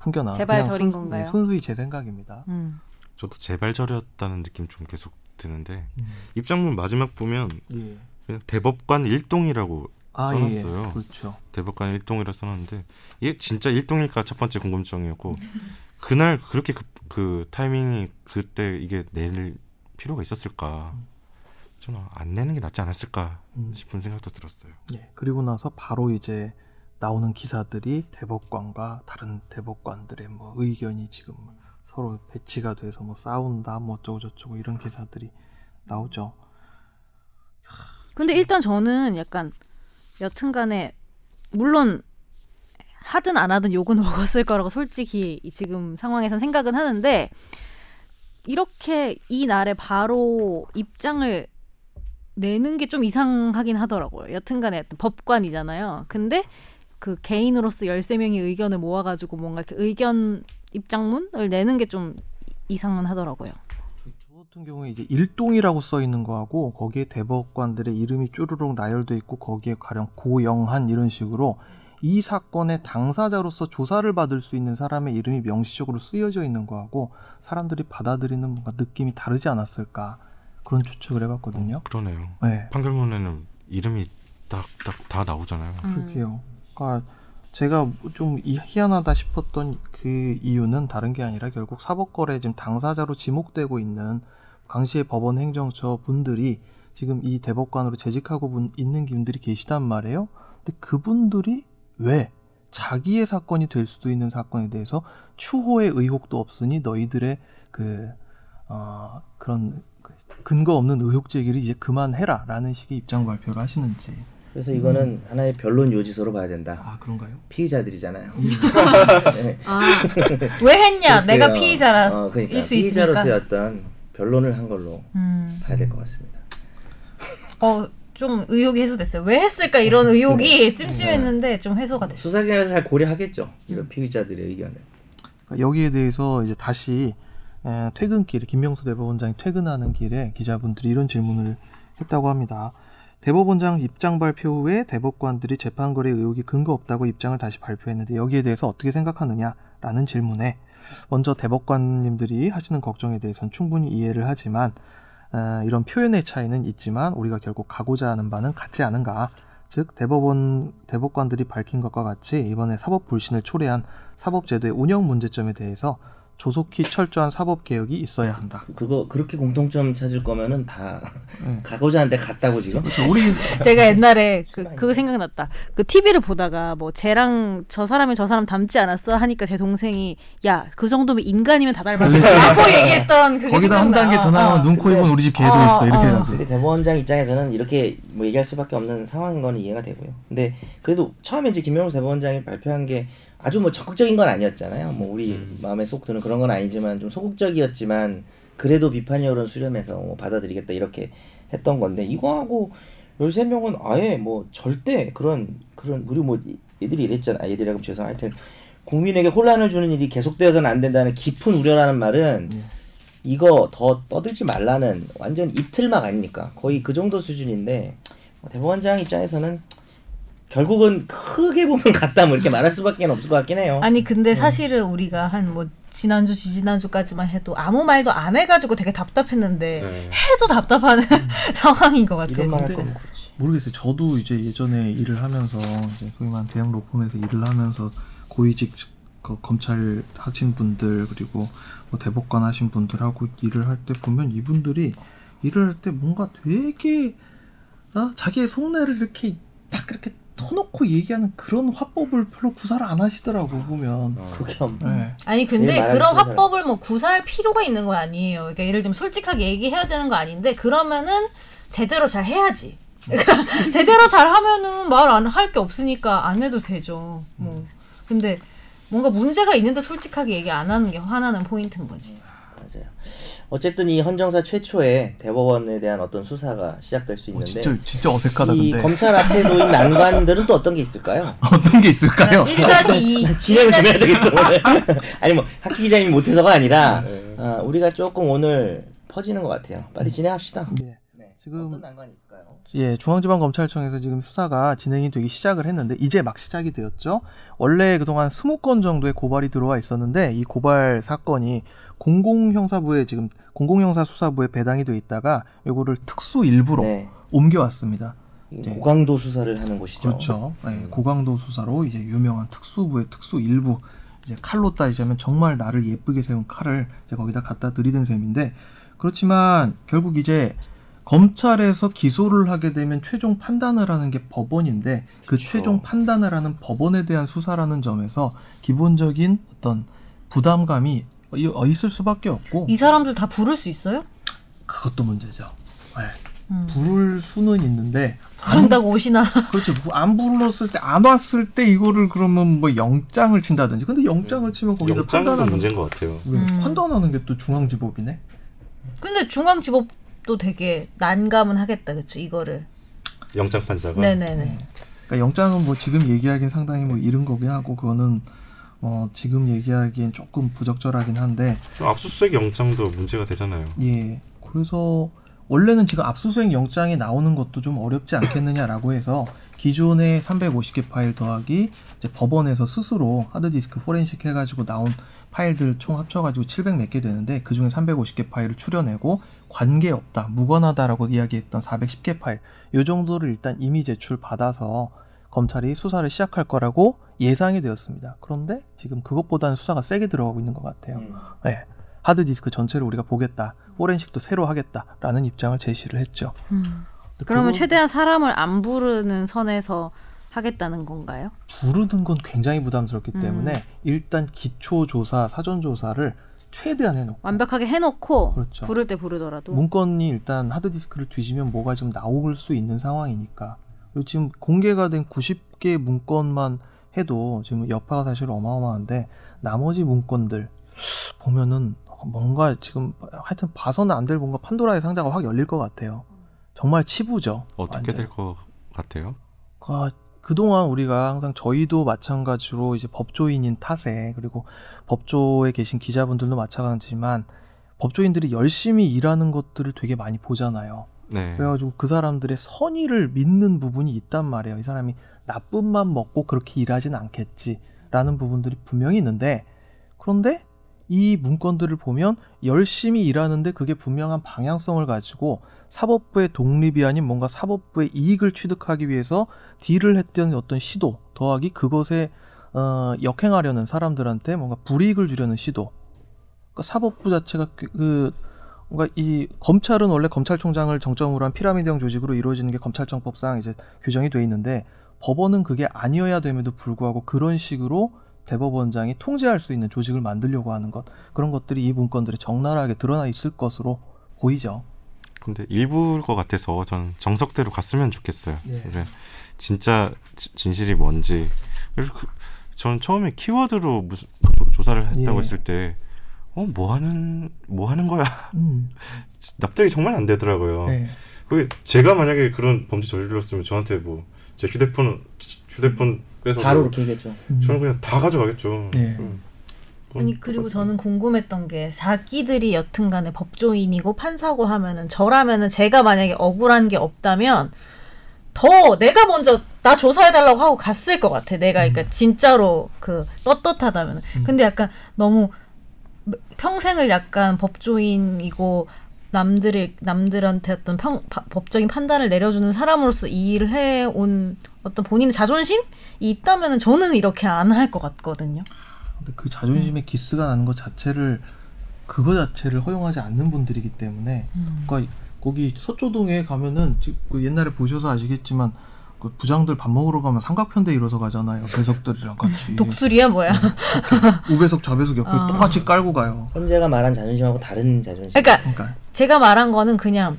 Speaker 2: 풍겨나.
Speaker 4: 제발
Speaker 2: 그냥
Speaker 4: 저린
Speaker 2: 순-
Speaker 4: 건가요?
Speaker 2: 네, 순수히 제 생각입니다.
Speaker 4: 음.
Speaker 1: 저도 재발절이었다는 느낌 좀 계속 드는데
Speaker 2: 음.
Speaker 1: 입장문 마지막 보면
Speaker 2: 예.
Speaker 1: 그냥 대법관 일동이라고
Speaker 2: 아
Speaker 1: 써놨어요.
Speaker 2: 예. 그렇죠.
Speaker 1: 대법관 일동이라 써놨는데 이게 진짜 일동일까 첫 번째 궁금증이었고 그날 그렇게 그, 그 타이밍이 그때 이게 낼 필요가 있었을까 저는 안 내는 게 낫지 않았을까
Speaker 2: 음.
Speaker 1: 싶은 생각도 들었어요.
Speaker 2: 예. 그리고 나서 바로 이제 나오는 기사들이 대법관과 다른 대법관들의 뭐 의견이 지금 서로 배치가 돼서 뭐 싸운다 뭐 어쩌고 저쩌고 이런 기사들이 나오죠.
Speaker 4: 근데 일단 저는 약간 여튼간에 물론 하든 안 하든 욕은 [LAUGHS] 먹었을 거라고 솔직히 이 지금 상황에선 생각은 하는데 이렇게 이 날에 바로 입장을 내는 게 좀 이상하긴 하더라고요. 여튼간에 하여튼 법관이잖아요. 근데 그 개인으로서 13명의 의견을 모아가지고 뭔가 이렇게 의견 입장문을 내는 게 좀 이상은 하더라고요.
Speaker 2: 저- 저 같은 경우에 이제 일동이라고 써 있는 거하고 거기에 대법관들의 이름이 쭈루룩 나열돼 있고 거기에 가령 고영한 이런 식으로 이 사건의 당사자로서 조사를 받을 수 있는 사람의 이름이 명시적으로 쓰여져 있는 거하고 사람들이 받아들이는 뭔가 느낌이 다르지 않았을까 그런 추측을 해봤거든요.
Speaker 1: 그러네요.
Speaker 2: 네.
Speaker 1: 판결문에는 이름이 딱 딱 다 나오잖아요.
Speaker 2: 그러게요. 그러니까 제가 좀 이- 희한하다 싶었던 그 이유는 다른 게 아니라 결국 사법거래 지금 당사자로 지목되고 있는 강시의 법원 행정처 분들이 지금 이 대법관으로 재직하고 분- 있는 분들이 계시단 말이에요. 근데 그분들이 왜 자기의 사건이 될 수도 있는 사건에 대해서 추호의 의혹도 없으니 너희들의 그 어, 그런 그 근거 없는 의혹 제기를 이제 그만해라라는 식의 입장 발표를 하시는지
Speaker 3: 그래서 이거는 하나의 변론 요지서로 봐야 된다.
Speaker 2: 아 그런가요?
Speaker 3: 피의자들이잖아요. [LAUGHS] 네.
Speaker 6: 아, 왜 했냐? 내가
Speaker 3: 그래요.
Speaker 6: 피의자라일
Speaker 3: 어, 그러니까
Speaker 6: 수 있으니까.
Speaker 3: 피의자로서의 어떤 변론을 한 걸로
Speaker 6: 음.
Speaker 3: 봐야 될 것 같습니다.
Speaker 6: 어, 좀 의혹이 해소됐어요. 왜 했을까
Speaker 2: [LAUGHS]
Speaker 6: 이런
Speaker 2: 네.
Speaker 6: 의혹이 찜찜했는데 좀 해소가 됐어요.
Speaker 3: 수사기관에서 잘 고려하겠죠. 이런 피의자들의 의견을.
Speaker 2: 그러니까 여기에 대해서 이제 다시 에, 퇴근길에 김명수 대법원장이 퇴근하는 길에 기자분들이 이런 질문을 했다고 합니다. 대법원장 입장 발표 후에 대법관들이 재판거래 의혹이 근거 없다고 입장을 다시 발표했는데 여기에 대해서 어떻게 생각하느냐라는 질문에 먼저 대법관님들이 하시는 걱정에 대해서는 충분히 이해를 하지만 어, 이런 표현의 차이는 있지만 우리가 결국 가고자 하는 바는 같지 않은가. 즉 대법원 대법관들이 밝힌 것과 같이 이번에 사법 불신을 초래한 사법제도의 운영 문제점에 대해서 조속히 철저한 사법 개혁이 있어야 한다.
Speaker 3: 그거 그렇게 공통점 찾을 거면은 다 [LAUGHS] 가고자 하는데 갔다고 지금.
Speaker 2: 우리
Speaker 10: 제가 옛날에 그, 그거 생각났다. 그 TV를 보다가 뭐 쟤랑 저 사람이 저 사람 닮지 않았어 하니까 제 동생이 야 그 정도면 인간이면 다
Speaker 6: 네. [LAUGHS]
Speaker 10: 닮았어라고 얘기했던 그게
Speaker 2: 거기다 한
Speaker 10: 생각나.
Speaker 2: 단계 더 나가면 눈, 코, 입은 우리 집 개도
Speaker 10: 어,
Speaker 2: 있어 이렇게
Speaker 10: 어.
Speaker 2: 해야지.
Speaker 3: 근데 대법원장 입장에서는 이렇게 뭐 얘기할 수밖에 없는 상황인 건 이해가 되고요. 근데 그래도 처음에 이제 김영우 대법원장이 발표한 게 아주 뭐 적극적인 건 아니었잖아요. 뭐 우리 마음에 쏙 드는 그런 건 아니지만 좀 소극적이었지만 그래도 비판이 여론 수렴해서 뭐 받아들이겠다 이렇게 했던 건데 이거하고 13명은 아예 뭐 절대 그런 그런 우리 뭐 얘들이 이랬잖아. 아, 얘들이라고 하면 죄송 하여튼 국민에게 혼란을 주는 일이 계속되어서는 안 된다는 깊은 우려라는 말은 이거 더 떠들지 말라는 완전 입틀막 아닙니까? 거의 그 정도 수준인데 뭐 대법원장 입장에서는 결국은 크게 보면 같다 뭐 이렇게 말할 수밖에 없을 것 같긴 해요.
Speaker 6: 아니 근데
Speaker 2: 네.
Speaker 6: 사실은 우리가 한 뭐 지난주 지지난주까지만 해도 아무 말도 안 해가지고 되게 답답했는데
Speaker 1: 네.
Speaker 6: 해도 답답한 [LAUGHS]
Speaker 2: 음.
Speaker 6: 상황인 것 같아요.
Speaker 3: 이런 말할
Speaker 6: 지금.
Speaker 3: 거면 그렇지.
Speaker 2: 모르겠어요. 저도 이제 예전에 일을 하면서 이제 소위 말하는 대형 로펌에서 일을 하면서 고위직 그 검찰 하신 분들 그리고 뭐 대법관 하신 분들하고 일을 할 때 보면 이분들이 일을 할 때 뭔가 되게 아, 자기의 속내를 이렇게 딱 이렇게 터놓고 얘기하는 그런 화법을 별로 구사를 안 하시더라고 보면
Speaker 3: 그게 안 봐.
Speaker 2: 네.
Speaker 6: 아니 근데
Speaker 3: 제일 말하기
Speaker 6: 그런
Speaker 3: 싫은 사람.
Speaker 6: 화법을 뭐 구사할 필요가 있는 거 아니에요. 그러니까 예를 들면 솔직하게 얘기해야 되는 거 아닌데 그러면은 제대로 잘 해야지.
Speaker 3: 음.
Speaker 6: 그러니까 [LAUGHS] 제대로 잘 하면은 말 안 할 게 없으니까 안 해도 되죠.
Speaker 3: 음.
Speaker 6: 뭐 근데 뭔가 문제가 있는데 솔직하게 얘기 안 하는 게 화나는 포인트인 거지.
Speaker 3: 맞아요. 어쨌든 이 헌정사 최초의 대법원에 대한 어떤 수사가 시작될 수 있는데
Speaker 2: 진짜 진짜 어색하다
Speaker 3: 이
Speaker 2: 근데
Speaker 3: 검찰 앞에 놓인 난관들은 또 어떤 게 있을까요?
Speaker 2: [LAUGHS] 어떤 게 있을까요?
Speaker 6: 1-2
Speaker 3: 진행을 좀 해야 되겠어 오늘. 아니 뭐 학기 기자님이 못해서가 아니라 어, 우리가 조금 오늘 퍼지는 것 같아요. 빨리 진행합시다.
Speaker 2: 예.
Speaker 3: 네.
Speaker 2: 지금-
Speaker 3: 어떤 난관이 있을까요?
Speaker 2: 예, 중앙지방검찰청에서 지금 수사가 진행이 되기 시작을 했는데 이제 막 시작이 되었죠. 원래 그동안 20건 정도의 고발이 들어와 있었는데 이 고발 사건이 공공형사부에 지금 공공형사수사부에 배당이 돼 있다가 요거를 특수 일부로
Speaker 3: 네.
Speaker 2: 옮겨왔습니다.
Speaker 3: 이게 고강도 수사를 하는 곳이죠.
Speaker 2: 그렇죠. 예, 고강도 수사로 이제 유명한 특수부의 특수 일부 이제 칼로 따지자면 정말 나를 예쁘게 세운 칼을 이제 거기다 갖다 들이댄 셈인데 그렇지만 결국 이제 검찰에서 기소를 하게 되면 최종 판단을 하는 게 법원인데 그 최종 판단을 하는 법원에 대한 수사라는 점에서 기본적인 어떤 부담감이 이- 어, 있을 수밖에 없고
Speaker 6: 이 사람들 다 부를 수 있어요?
Speaker 2: 그것도 문제죠. 예.
Speaker 6: 음.
Speaker 2: 부를 수는 있는데
Speaker 6: 부른다고 옷이나
Speaker 2: 그렇죠. 뭐 안 불렀을 때, 안 왔을 때 이거를 그러면 뭐 영장을 친다든지. 근데 영장을 치면 거기서
Speaker 1: 영장도
Speaker 2: 판단하는
Speaker 1: 문제인 것 같아요.
Speaker 2: 왜? 판단하는 게 또 중앙지법이네.
Speaker 6: 근데 중앙지법도 되게 난감은 하겠다 그쵸 이거를
Speaker 1: 영장
Speaker 3: 음.
Speaker 1: 판사가
Speaker 6: 네네네
Speaker 2: 그러니까 영장은 뭐 지금 얘기하기엔 상당히 뭐 이른 거긴 하고 그거는 어 지금 얘기하기엔 조금 부적절하긴 한데
Speaker 1: 좀 압수수색 영장도 문제가 되잖아요.
Speaker 2: 예. 그래서 원래는 지금 압수수색 영장이 나오는 것도 좀 어렵지 않겠느냐라고 해서 기존의 350개 파일 더하기 이제 법원에서 스스로 하드디스크 포렌식 해가지고 나온 파일들 총 합쳐가지고 700 몇 개 되는데 그 중에 350개 파일을 추려내고 관계없다, 무관하다라고 이야기했던 410개 파일 요 정도를 일단 이미 제출 받아서 검찰이 수사를 시작할 거라고 예상이 되었습니다. 그런데 지금 그것보다는 수사가 세게 들어가고 있는 것 같아요.
Speaker 3: 음.
Speaker 2: 예. 하드디스크 전체를 우리가 보겠다. 포렌식도 새로 하겠다라는 입장을 제시를 했죠.
Speaker 10: 음.
Speaker 2: 근데
Speaker 10: 그러면
Speaker 2: 그거
Speaker 10: 최대한 사람을 안 부르는 선에서 하겠다는 건가요?
Speaker 2: 부르는 건 굉장히 부담스럽기
Speaker 10: 음.
Speaker 2: 때문에 일단 기초 조사, 사전 조사를 최대한 해놓고
Speaker 10: 완벽하게 해놓고
Speaker 2: 그렇죠.
Speaker 10: 부를 때 부르더라도
Speaker 2: 문건이 일단 하드디스크를 뒤지면 뭐가 좀 나올 수 있는 상황이니까 그리고 지금 공개가 된 90개 문건만 해도 지금 여파가 사실 어마어마한데 나머지 문건들 보면은 뭔가 지금 하여튼 봐서는 안 될 뭔가 판도라의 상자가 확 열릴 것 같아요. 정말 치부죠.
Speaker 1: 어떻게
Speaker 2: 완전.
Speaker 1: 될 것 같아요?
Speaker 2: 아, 그동안 우리가 항상 저희도 마찬가지로 이제 법조인인 탓에 그리고 법조에 계신 기자분들도 마찬가지지만 법조인들이 열심히 일하는 것들을 되게 많이 보잖아요.
Speaker 1: 네.
Speaker 2: 그래가지고 그 사람들의 선의를 믿는 부분이 있단 말이에요. 이 사람이 나쁜 맘 먹고 그렇게 일하진 않겠지라는 부분들이 분명히 있는데 그런데 이 문건들을 보면 열심히 일하는데 그게 분명한 방향성을 가지고 사법부의 독립이 아닌 뭔가 사법부의 이익을 취득하기 위해서 딜을 했던 어떤 시도 더하기 그것에 어, 역행하려는 사람들한테 뭔가 불이익을 주려는 시도 그러니까 사법부 자체가 그- 그 뭔가 이 검찰은 원래 검찰총장을 정점으로 한 피라미드형 조직으로 이루어지는 게 검찰청법상 이제 규정이 돼 있는데 법원은 그게 아니어야 됨에도 불구하고 그런 식으로 대법원장이 통제할 수 있는 조직을 만들려고 하는 것 그런 것들이 이 문건들에 적나라하게 드러나 있을 것으로 보이죠.
Speaker 1: 근데 일부일 것 같아서 전 정석대로 갔으면 좋겠어요.
Speaker 2: 네.
Speaker 1: 근데 진짜 지- 진실이 뭔지. 그래서 그, 전 처음에 키워드로 무슨 그 조사를 했다고
Speaker 2: 예.
Speaker 1: 했을 때, 어, 뭐 하는, 뭐 하는 거야? [LAUGHS]
Speaker 2: 음.
Speaker 1: 납득이 정말 안 되더라고요.
Speaker 2: 네.
Speaker 1: 그게 제가 만약에 그런 범죄 저질렀으면 저한테 뭐, 제 휴대폰, 휴대폰 빼서.
Speaker 3: 바로 이렇게 얘기했죠.
Speaker 2: 음.
Speaker 1: 저는 그냥 다 가져가겠죠.
Speaker 2: 예.
Speaker 1: 음.
Speaker 6: 아니 그리고 저는 궁금했던 게 자기들이 여튼간에 법조인이고 판사고 하면은 저라면은 제가 만약에 억울한 게 없다면 더 내가 먼저 나 조사해달라고 하고 갔을 것 같아. 내가 그러니까 진짜로 그 떳떳하다면. 근데 약간 너무 평생을 약간 법조인이고 남들이 남들한테 어떤 평, 바- 법적인 판단을 내려주는 사람으로서 이 일을 해온 어떤 본인의 자존심이 있다면은 저는 이렇게 안 할 것 같거든요.
Speaker 2: 근데 그 자존심에 기스가 나는 것 자체를 그거 자체를 허용하지 않는 분들이기 때문에
Speaker 6: 음.
Speaker 2: 그러니까 거기 서초동에 가면은 지- 그 옛날에 보셔서 아시겠지만 그 부장들 밥 먹으러 가면 삼각편대 일어서 가잖아요 배석들이랑 같이
Speaker 6: 독수리야 뭐야?
Speaker 2: 우배석 좌배석 옆에
Speaker 6: 아.
Speaker 2: 똑같이 깔고 가요
Speaker 3: 선재가 말한 자존심하고 다른 자존심.
Speaker 6: 그러니까
Speaker 2: 그러니까
Speaker 6: 제가 말한 거는 그냥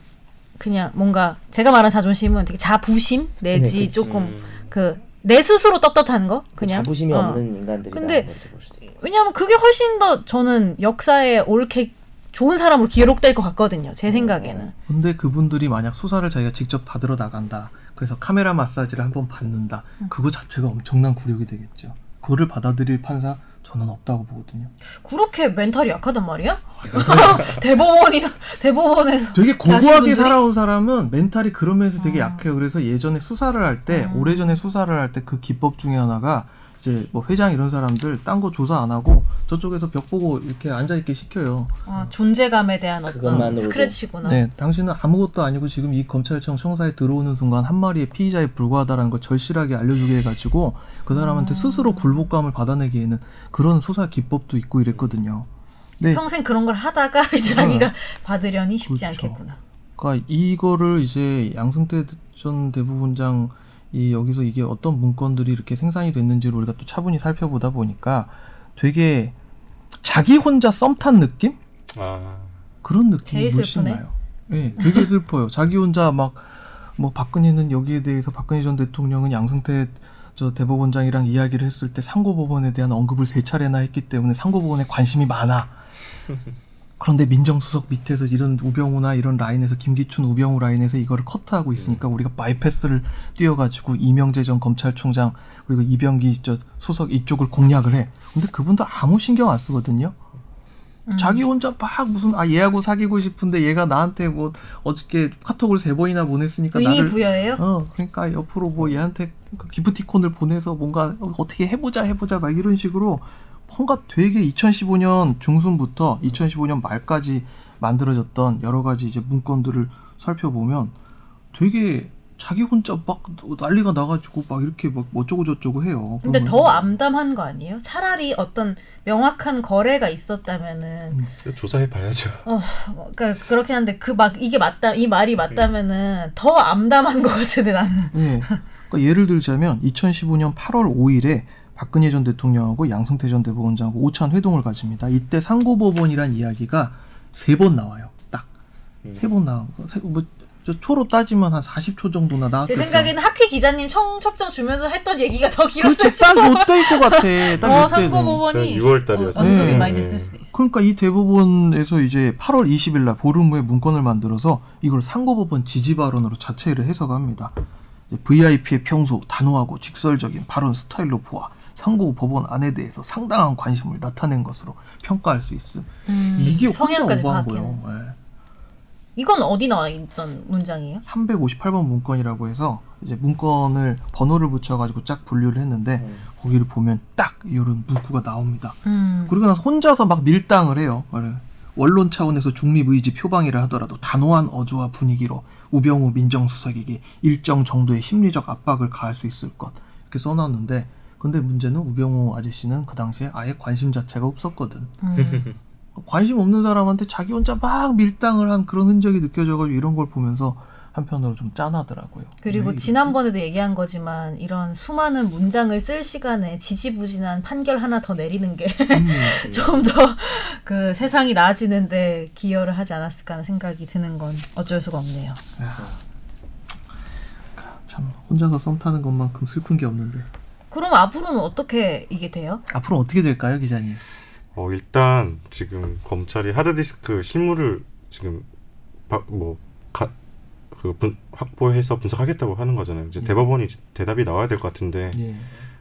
Speaker 6: 그냥 뭔가 제가 말한 자존심은 되게 자부심 내지
Speaker 3: 네, 그치.
Speaker 6: 조금
Speaker 2: 음.
Speaker 6: 그 내 스스로 떳떳한 거
Speaker 3: 그
Speaker 6: 그냥
Speaker 3: 자부심이
Speaker 6: 어.
Speaker 3: 없는 인간들이다. 뭐
Speaker 6: 근데
Speaker 3: 이렇게 볼 수도 있고.
Speaker 6: 왜냐하면 그게 훨씬 더 저는 역사에 옳게 좋은 사람으로 기록될 것 같거든요
Speaker 3: 음.
Speaker 6: 제 생각에는
Speaker 2: 근데 그분들이 만약 수사를 자기가 직접 받으러 나간다 그래서 카메라 마사지를 한번 받는다
Speaker 6: 음.
Speaker 2: 그거 자체가 엄청난 굴욕이 되겠죠 그거를 받아들일 판사 저는 없다고 보거든요
Speaker 6: 그렇게 멘탈이 약하단 말이야 [LAUGHS] 대법원이다 대법원에서
Speaker 2: 되게
Speaker 6: 자신분들이? 아.
Speaker 2: 고고하게 살아온 사람은 멘탈이 그러면서 되게 약해요. 그래서 예전에 수사를 할 때, 오래전에 수사를 할 때 그 기법 중에 하나가 이제 뭐 회장 이런 사람들 딴 거 조사 안 하고 저쪽에서 벽 보고 이렇게 앉아 있게 시켜요.
Speaker 6: 아, 존재감에 대한 어떤
Speaker 3: 그것만으로도.
Speaker 6: 스크래치구나
Speaker 2: 네, 당신은 아무것도 아니고 지금 이 검찰청 청사에 들어오는 순간 한 마리의 피의자에 불과하다라는 걸 절실하게 알려주게 해가지고 그 사람한테
Speaker 6: 아.
Speaker 2: 스스로 굴복감을 받아내기에는 그런 수사 기법도 있고 이랬거든요. 네.
Speaker 6: 평생 그런 걸 하다가 [LAUGHS] 이제
Speaker 3: 음.
Speaker 6: 자기가 받으려니 쉽지
Speaker 2: 그렇죠.
Speaker 6: 않겠구나
Speaker 2: 그러니까 이거를 이제 양승태 전 대법원장 이 여기서 이게 어떤 문건들이 이렇게 생산이 됐는지를 우리가 또 차분히 살펴보다 보니까 되게 자기 혼자 썸 탄 느낌
Speaker 1: 아,
Speaker 2: 그런 느낌이
Speaker 6: 제일
Speaker 2: 훨씬
Speaker 6: 슬프네.
Speaker 2: 나요. 예, 되게 슬퍼요. 자기 혼자 막 뭐 박근혜는 여기에 대해서 박근혜 전 대통령은 양승태 저 대법원장이랑 이야기를 했을 때 상고법원에 대한 언급을 세 차례나 했기 때문에 상고법원에 관심이 많아. 그런데 민정수석 밑에서 이런 우병우나 이런 라인에서 김기춘 우병우 라인에서 이거를 커트하고 있으니까 우리가 바이패스를 뛰어가지고 이명재 전 검찰총장 그리고 이병기 저 수석 이쪽을 공략을 해. 근데 그분도 아무 신경 안 쓰거든요. 자기 혼자 막 무슨 아 얘하고 사귀고 싶은데 얘가 나한테 뭐 어저께 카톡을 세 번이나 보냈으니까
Speaker 6: 의미
Speaker 2: 나를
Speaker 6: 부여예요
Speaker 2: 어 그러니까 옆으로 뭐 얘한테 그 기프티콘을 보내서 뭔가 어떻게 해보자 해보자 막 이런 식으로 뭔가 되게 2015년 중순부터 2015년 말까지 만들어졌던 여러 가지 이제 문건들을 살펴보면 되게 자기 혼자 막 난리가 나가지고 막 이렇게 막 어쩌고 저쩌고 해요.
Speaker 6: 근데
Speaker 2: 그러면-
Speaker 6: 더 암담한 거 아니에요? 차라리 어떤 명확한 거래가 있었다면은
Speaker 2: 음.
Speaker 1: 조사해 봐야죠.
Speaker 6: 어, 그러니까 그렇긴 한데 그 막 이게 맞다 이
Speaker 2: 네.
Speaker 6: 말이 맞다면은 더 암담한 것 같은데 나는
Speaker 2: 예. 그러니까 예를 들자면 2015년 8월 5일에 박근혜 전 대통령하고 양승태 전 대법원장하고 오찬 회동을 가집니다. 이때 상고법원이란 이야기가 세 번 나와요. 딱. 세 번 나와요. 세- 뭐, 저 초로 따지면 한 40초 정도나
Speaker 6: 제
Speaker 2: 나왔겠죠.
Speaker 6: 생각에는 학회 기자님 청첩장 주면서 했던 얘기가 더
Speaker 2: 그렇죠. 그렇지.
Speaker 6: 길었을 수도
Speaker 2: 딱 요때일 것 같아.
Speaker 6: 어,
Speaker 2: 딱 요때는.
Speaker 1: [LAUGHS]
Speaker 6: 상고법원이
Speaker 1: 제가 6월 달이었어요.
Speaker 6: 어, 언급이
Speaker 2: 네.
Speaker 6: 많이 됐을 수도 있어.
Speaker 2: 그러니까 이 대법원에서 이제 8월 20일 날 보름 후에 문건을 만들어서 이걸 상고법원 지지 발언으로 자체를 해석합니다. 이제 VIP의 평소 단호하고 직설적인 발언 스타일로 보아 상고법원 안에 대해서 상당한 관심을 나타낸 것으로 평가할 수 있음. 이게
Speaker 6: 성향까지
Speaker 2: 성향까지 한
Speaker 6: 파악해요.
Speaker 2: 거예요. 예.
Speaker 6: 이건 어디 나와 있던 문장이에요?
Speaker 2: 358번 문건이라고 해서 이제 문건을 번호를 붙여가지고 쫙 분류를 했는데 거기를 보면 딱 이런 문구가 나옵니다.
Speaker 6: 음.
Speaker 2: 그러고 나서 혼자서 막 밀당을 해요. 어, 원론 차원에서 중립 의지 표방이라 하더라도 단호한 어조와 분위기로 우병우 민정수석에게 일정 정도의 심리적 압박을 가할 수 있을 것 이렇게
Speaker 6: 음.
Speaker 2: 써놨는데 근데 문제는 우병우 아저씨는 그 당시에 아예 관심 자체가 없었거든. [LAUGHS] 관심 없는 사람한테 자기 혼자 막 밀당을 한 그런 흔적이 느껴져가지고 이런 걸 보면서 한편으로 좀 짠하더라고요.
Speaker 6: 그리고
Speaker 2: 네,
Speaker 6: 지난번에도 얘기한 거지만 이런 수많은 문장을 쓸 시간에 지지부진한 판결 하나 더 내리는 게 [LAUGHS] 좀 더 그 세상이 나아지는데 기여를 하지 않았을까 하는 생각이 드는 건 어쩔 수가 없네요.
Speaker 2: 참 혼자서 썸 타는 것만큼 슬픈 게 없는데
Speaker 6: 그럼 앞으로는 어떻게 이게 돼요?
Speaker 2: 앞으로 어떻게 될까요, 기자님?
Speaker 1: 어, 일단 지금 검찰이 하드디스크 실물을 지금 바- 뭐 가, 그 분, 확보해서 분석하겠다고 하는 거잖아요.
Speaker 6: 음.
Speaker 1: 이제 대법원이 이제 대답이 나와야 될 것 같은데
Speaker 2: 예.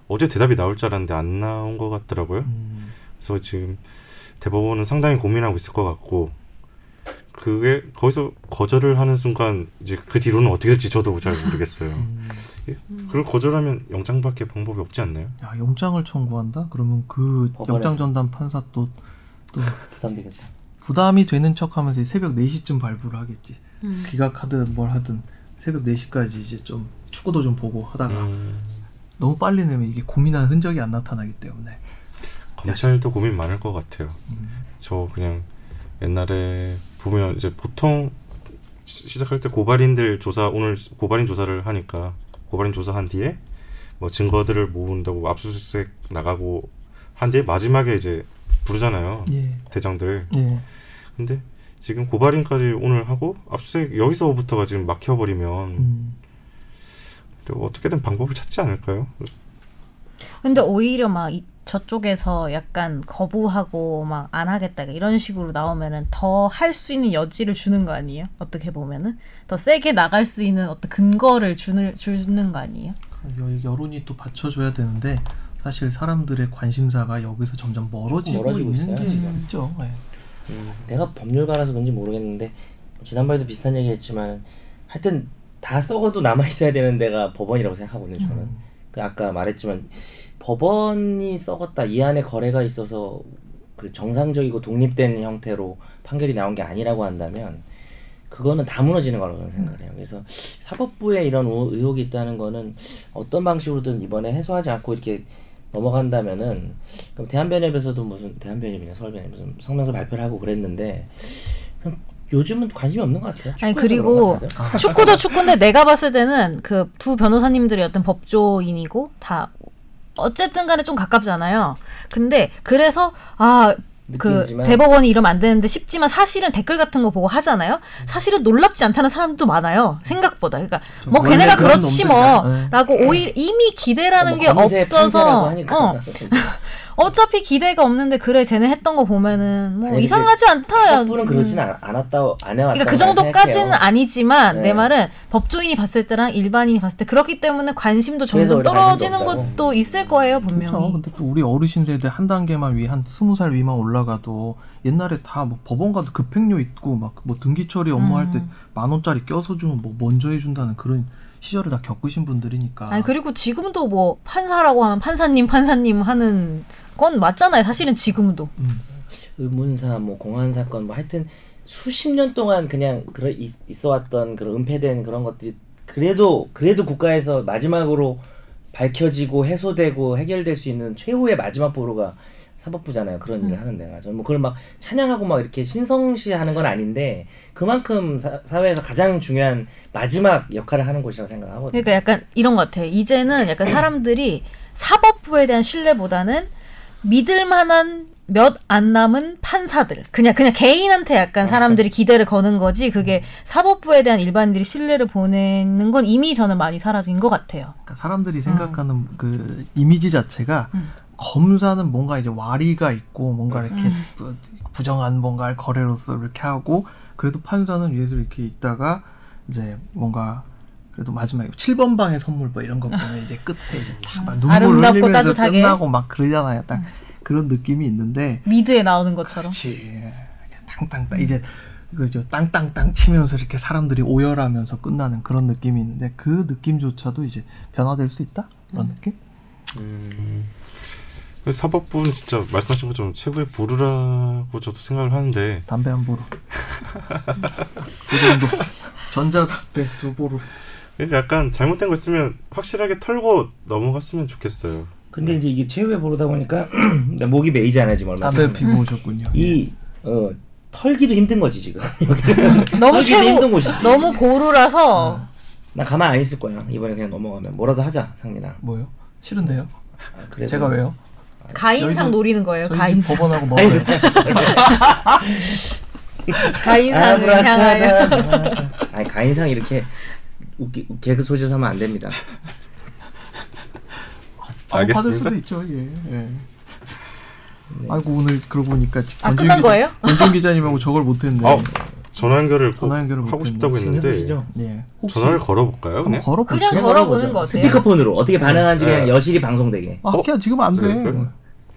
Speaker 1: 어제 대답이 나올 줄 알았는데 안 나온 것 같더라고요.
Speaker 2: 음,
Speaker 1: 그래서 지금 대법원은 상당히 고민하고 있을 것 같고 그게 거기서 거절을 하는 순간 이제 그 뒤로는 어떻게 될지 저도 잘 모르겠어요.
Speaker 2: 음.
Speaker 1: 그걸 거절하면 영장밖에 방법이 없지 않나요?
Speaker 2: 야, 영장을 청구한다? 그러면 그
Speaker 3: 법원에서.
Speaker 2: 영장 전담 판사 또
Speaker 3: 부담되겠다.
Speaker 2: 부담이 되는 척하면서 새벽 4시쯤 발부를 하겠지. 기각하든 뭘 하든 새벽 4시까지 이제 좀 축구도 좀 보고 하다가
Speaker 6: 아.
Speaker 1: 음,
Speaker 2: 너무 빨리 내면 이게 고민한 흔적이 안 나타나기 때문에
Speaker 1: 검찰도 고민 많을 것 같아요.
Speaker 2: 음,
Speaker 1: 저 그냥 옛날에 보면 이제 보통 시- 시작할 때 고발인들 조사 오늘 고발인 조사를 하니까 고발인 조사한 뒤에 뭐 증거들을 모은다고 압수수색 나가고 한 뒤에 마지막에 이제 부르잖아요
Speaker 2: 예,
Speaker 1: 대장들
Speaker 2: 예,
Speaker 1: 근데 지금 고발인까지 오늘 하고 압수수색 여기서부터가 지금 막혀버리면
Speaker 2: 음,
Speaker 1: 또 어떻게든 방법을 찾지 않을까요?
Speaker 6: 근데 오히려 막 이- 저쪽에서 약간 거부하고 막 안 하겠다 이런 식으로 나오면은 더 할 수 있는 여지를 주는 거 아니에요? 어떻게 보면은 더 세게 나갈 수 있는 어떤 근거를 주는 주는 거 아니에요?
Speaker 2: 여- 여론이 또 받쳐줘야 되는데 사실 사람들의 관심사가 여기서 점점 멀어지고,
Speaker 3: 멀어지고
Speaker 2: 있는
Speaker 3: 있어요,
Speaker 2: 게
Speaker 3: 지금.
Speaker 2: 있죠. 예.
Speaker 3: 음, 내가 법률가라서 그런지 모르겠는데 지난번에도 비슷한 얘기했지만 하여튼 다 썩어도 남아 있어야 되는 데가 법원이라고 생각하거든요. 저는 그 아까 말했지만 법원이 썩었다 이 안에 거래가 있어서 그 정상적이고 독립된 형태로 판결이 나온 게 아니라고 한다면 그거는 다 무너지는 거라고 저는 생각을 해요. 그래서 사법부에 이런 우- 의혹이 있다는 거는 어떤 방식으로든 이번에 해소하지 않고 이렇게 넘어간다면은 그럼 대한변협에서도 무슨 대한변협이냐 서울변협에서 성명서 발표를 하고 그랬는데 그냥 요즘은 관심이 없는 것 같아요.
Speaker 6: 아니,
Speaker 3: 축구에서
Speaker 6: 그리고
Speaker 3: 그런 것 같아요.
Speaker 6: 축구도 축구인데 내가 봤을 때는 그 두 변호사님들이 어떤 법조인이고 다 어쨌든 간에 좀 가깝잖아요. 근데 그래서 아, 그
Speaker 3: 느끼지만-
Speaker 6: 대법원이 이러면 안 되는데 싶지만 사실은 댓글 같은 거 보고 하잖아요. 사실은 놀랍지 않다는 사람도 많아요. 생각보다. 그러니까 뭐
Speaker 2: 원래
Speaker 6: 걔네가
Speaker 2: 그런
Speaker 6: 그렇지
Speaker 2: 놈들이다. 네.
Speaker 6: 뭐라고 오히려 이미 기대라는
Speaker 3: 뭐
Speaker 6: 게
Speaker 3: 검세, 판세라고
Speaker 6: 없어서
Speaker 3: 하니까. [LAUGHS]
Speaker 6: 어, 어차피 기대가 없는데 그래 쟤네 했던 거 보면은 뭐
Speaker 3: 아니, 근데
Speaker 6: 이상하지 않다.
Speaker 3: 커플은 그러진 않, 않았다 안 해왔다.
Speaker 6: 그러니까 그 정도까지는 아니지만
Speaker 3: 네.
Speaker 6: 내 말은 법조인이 봤을 때랑 일반인이 봤을 때 그렇기 때문에 관심도
Speaker 3: 그래서
Speaker 6: 점점
Speaker 3: 원래
Speaker 6: 떨어지는
Speaker 3: 관심도 없다고?
Speaker 6: 것도 있을 거예요
Speaker 2: 그렇죠.
Speaker 6: 분명히.
Speaker 2: 근데 또 우리 어르신 세대 한 단계만 위, 한 스무 살 위만 올라가도 옛날에 다 뭐 법원 가도 급행료 있고 막 뭐 등기 처리 업무할
Speaker 6: 음.
Speaker 2: 때 만 원짜리 껴서 주면 뭐 먼저 해준다는 그런 시절을 다 겪으신 분들이니까.
Speaker 6: 아니 그리고 지금도 뭐 판사라고 하면 판사님 판사님 하는 건 맞잖아요. 사실은 지금도.
Speaker 2: 음.
Speaker 3: 의문사 뭐 공안 사건 뭐 하여튼 수십 년 동안 그냥 그런 있- 있어왔던 그런 은폐된 그런 것들이 그래도 그래도 국가에서 마지막으로 밝혀지고 해소되고 해결될 수 있는 최후의 마지막 보루가 사법부잖아요. 그런 일을 하는 데가 저는 뭐 그걸 막 찬양하고 막 이렇게 신성시하는 건 아닌데 그만큼 사, 사회에서 가장 중요한 마지막 역할을 하는 곳이라고 생각하거든요.
Speaker 6: 그러니까 약간 이런 것 같아요. 이제는
Speaker 2: [CLEARS THROAT]
Speaker 6: 약간 사람들이 사법부에 대한 신뢰보다는 믿을 만한 몇 안 남은 판사들 그냥 그냥 개인한테
Speaker 2: 아,
Speaker 6: 약간 사람들이
Speaker 2: 네.
Speaker 6: 기대를 거는 거지 그게
Speaker 2: 음.
Speaker 6: 사법부에 대한 일반인들이 신뢰를 보내는 건 이미 저는 많이 사라진 것 같아요.
Speaker 2: 그러니까 사람들이 생각하는
Speaker 6: 음.
Speaker 2: 그 이미지 자체가 검사는 뭔가 이제 와리가 있고 뭔가
Speaker 6: 음.
Speaker 2: 이렇게 부- 부정한 뭔가를 거래로서 이렇게 하고 그래도 판사는 위에서 이렇게 있다가 이제 뭔가 그래도 마지막에 7번 방의 선물 뭐 이런 거 보면 이제 끝에 이제 다막 눈물
Speaker 6: 아름답고
Speaker 2: 흘리면서
Speaker 6: 따뜻하게. 음.
Speaker 2: 끝나고 막 그러잖아요. 딱 그런 느낌이 있는데
Speaker 6: 미드에 나오는 것처럼.
Speaker 2: 그렇지. 땅땅땅 이제 그죠 땅땅땅 치면서 이렇게 사람들이 오열하면서 끝나는 그런 느낌이 있는데 그 느낌조차도 이제 변화될 수 있다 그런
Speaker 6: 음.
Speaker 2: 느낌?
Speaker 1: 그래서 사법부는 진짜 말씀하신 것처럼 최고의 보루라고 저도 생각을 하는데
Speaker 2: 담배 한 보루. 그 정도. 전자담배 두 보루.
Speaker 1: 그러니까 약간 잘못된 거 있으면 확실하게 털고 넘어갔으면 좋겠어요.
Speaker 2: 아,
Speaker 3: [CLEARS THROAT]
Speaker 2: 네,
Speaker 3: 근데 이제 이게 최후의 보루다 보니까 목이 메이지 않아 지금 얼마
Speaker 2: 담배 피고 오셨군요. 예.
Speaker 3: 이 어, 털기도 힘든 거지 지금. [LAUGHS]
Speaker 6: 너무
Speaker 3: 털기도 힘든
Speaker 6: 최고
Speaker 3: 곳이지.
Speaker 6: 너무 보루라서
Speaker 2: 아,
Speaker 3: 나 가만 안 있을 거야. 이번에 그냥 넘어가면 뭐라도 하자 상민아.
Speaker 2: 뭐요? 싫은데요?
Speaker 3: 아, 그래도
Speaker 2: 음,
Speaker 3: 네,
Speaker 2: 제가 왜요?
Speaker 6: 가인상
Speaker 2: 저희 집-
Speaker 6: 노리는 거예요.
Speaker 2: 저희 집
Speaker 6: 가인상
Speaker 2: 법원하고 먹어요.
Speaker 1: 아,
Speaker 6: 가인상을
Speaker 1: 어,
Speaker 6: 향하여
Speaker 3: [LAUGHS] 아니 가인상 이렇게 웃기, 개그 소재 삼으면 안 됩니다.
Speaker 2: 아, 받을
Speaker 1: 알겠습니다.
Speaker 2: 수도 있죠. 예. 예.
Speaker 3: 네.
Speaker 2: 아이고 오늘 그러고 보니까
Speaker 6: 아, 끝난 거예요?
Speaker 2: 권준 기자님하고 저걸 못했네.
Speaker 3: 어.
Speaker 1: 아, 전화 연결을 꼭
Speaker 2: 전화 연결을
Speaker 1: 하고
Speaker 2: 못했네.
Speaker 1: 싶다고 했는데
Speaker 3: 진행하시죠.
Speaker 2: 예. 혹시
Speaker 1: 전화를 걸어볼까요?
Speaker 2: 한번
Speaker 1: 그냥?
Speaker 2: 걸어볼까요?
Speaker 6: 그냥 걸어보는 거 어때요?
Speaker 3: 스피커폰으로 어떻게 반응하는지 그냥
Speaker 1: 네.
Speaker 3: 여실히 방송되게.
Speaker 2: 아, 그냥 지금 안 돼.
Speaker 1: 어? 그럴까요?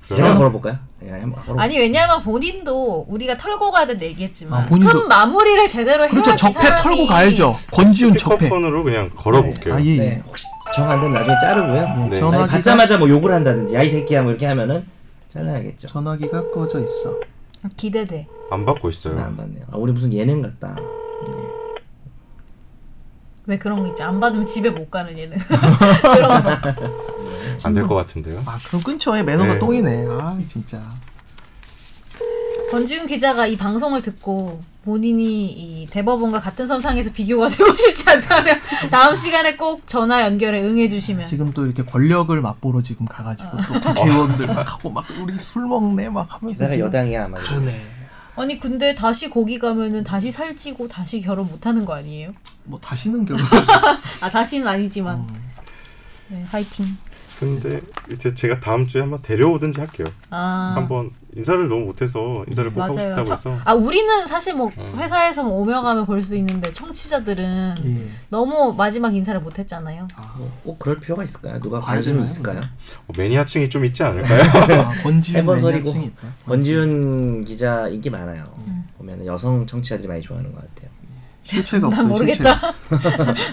Speaker 3: 제가 걸어볼까요? 네, 한번 걸어.
Speaker 6: 아니 왜냐면 본인도 우리가 털고 가야 된다 얘기했지만
Speaker 2: 아, 본인도-
Speaker 6: 끝 마무리를 제대로 해야지
Speaker 2: 그렇죠. 적폐
Speaker 6: 사람이
Speaker 2: 털고 가야죠. 권지훈 적폐.
Speaker 1: 스피커폰으로 그냥 걸어볼게요.
Speaker 2: 아, 예. 예.
Speaker 3: 네, 혹시 정 안 되면 나중에 자르고요.
Speaker 2: 예,
Speaker 1: 네.
Speaker 3: 아니,
Speaker 2: 전화기가
Speaker 3: 받자마자 뭐 욕을 한다든지 아이 새끼야 뭐 이렇게 하면은 잘라야겠죠.
Speaker 2: 전화기가 꺼져 있어.
Speaker 6: 기대돼.
Speaker 1: 안 받고 있어요.
Speaker 3: 나안 받네요. 아, 우리 무슨 예능 같다. 네.
Speaker 6: 왜 그런 거 있지? 안 받으면 집에 못
Speaker 2: [LAUGHS]
Speaker 6: 가는 얘는 그런 거.
Speaker 1: 안 될 것 같은데요.
Speaker 2: 아, 그럼 끊죠. 예, 매너가
Speaker 1: 네.
Speaker 2: 똥이네. 아, 진짜.
Speaker 6: 권지윤 기자가 이 방송을 듣고 본인이 이 대법원과 같은 선상에서 비교가 [LAUGHS] 되고 싶지 않다면 다음 시간에 꼭 전화 연결에 응해주시면
Speaker 2: 지금 또 이렇게 권력을 맛보러 지금 가가지고 또 국회의원들 막 하고 막 우리 술 먹네 막 하면서
Speaker 3: 기사가
Speaker 2: 지금
Speaker 3: 여당이야 아마.
Speaker 2: 그러네.
Speaker 6: 아니 근데 다시 거기 가면은 다시 살찌고 다시 결혼 못하는 거 아니에요?
Speaker 2: 뭐
Speaker 3: [LAUGHS]
Speaker 2: 다시는 결혼.
Speaker 6: 아 다시는 아니지만
Speaker 1: 음.
Speaker 6: 네, 화이팅.
Speaker 1: 근데 이제 제가 다음 주에 한번 데려오든지 할게요.
Speaker 6: 아 네,
Speaker 1: 한번 인사를 너무 못해서 인사를 꼭 하고
Speaker 6: 맞아요.
Speaker 1: 싶다고
Speaker 6: 저-
Speaker 1: 해서
Speaker 6: 아 우리는 사실 뭐
Speaker 1: 음.
Speaker 6: 회사에서 뭐 오며 가며 볼 수 있는데 청취자들은
Speaker 2: 예.
Speaker 6: 너무 마지막 인사를 못했잖아요.
Speaker 3: 뭐 꼭 그럴 필요가 있을까요? 누가 관심
Speaker 2: 되나요?
Speaker 3: 있을까요?
Speaker 1: 어, 매니아층이 좀 있지 않을까요?
Speaker 2: 아, 권지훈
Speaker 3: 해본 소리고.
Speaker 2: 매니아층이 음. 있다.
Speaker 3: 권지윤 기자 인기 많아요. 보면 여성 청취자들이 많이 좋아하는 것 같아요.
Speaker 2: 실체가 없어요.
Speaker 6: 난 모르겠다.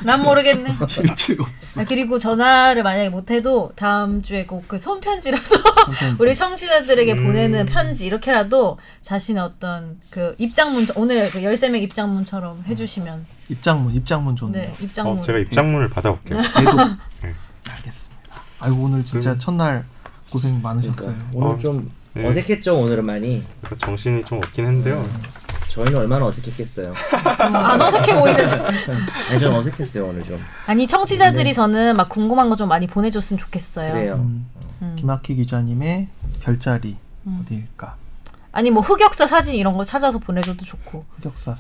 Speaker 6: 난 모르겠네.
Speaker 2: [LAUGHS] 실체가, 실체가 없어.
Speaker 6: 아, 그리고 전화를 만약에 못해도 다음 주에 꼭 그 손편지라서 [LAUGHS] 음. 우리 청취자들에게 보내는 편지 이렇게라도 자신의 어떤 그 입장문 오늘 그 13명 입장문처럼 해주시면
Speaker 2: 입장문, 입장문 좋네요.
Speaker 6: 네 입장문
Speaker 1: 어, 제가 입장문을 받아볼게요.
Speaker 2: 계속
Speaker 1: [LAUGHS] 네.
Speaker 2: 알겠습니다. 아이고 오늘 진짜
Speaker 1: 음.
Speaker 2: 첫날 고생 많으셨어요.
Speaker 3: 그러니까 오늘
Speaker 1: 어,
Speaker 3: 좀
Speaker 1: 네.
Speaker 3: 어색했죠 오늘은 많이.
Speaker 1: 약간 정신이 좀 없긴 했는데요.
Speaker 3: 저희는 얼마나 어색했겠어요. [LAUGHS]
Speaker 6: 안
Speaker 1: [LAUGHS]
Speaker 6: 아, 어색해 보이는
Speaker 3: 아니 저는 어색했어요 오늘 좀.
Speaker 6: 아니 청취자들이 저는 막 궁금한 거 좀 많이 보내줬으면 좋겠어요.
Speaker 3: 그래요.
Speaker 2: 음,
Speaker 6: 음.
Speaker 2: 김학희 기자님의 별자리 어디일까?
Speaker 6: 아니 뭐 흑역사 사진 이런 거 찾아서 보내줘도 좋고
Speaker 2: 흑역사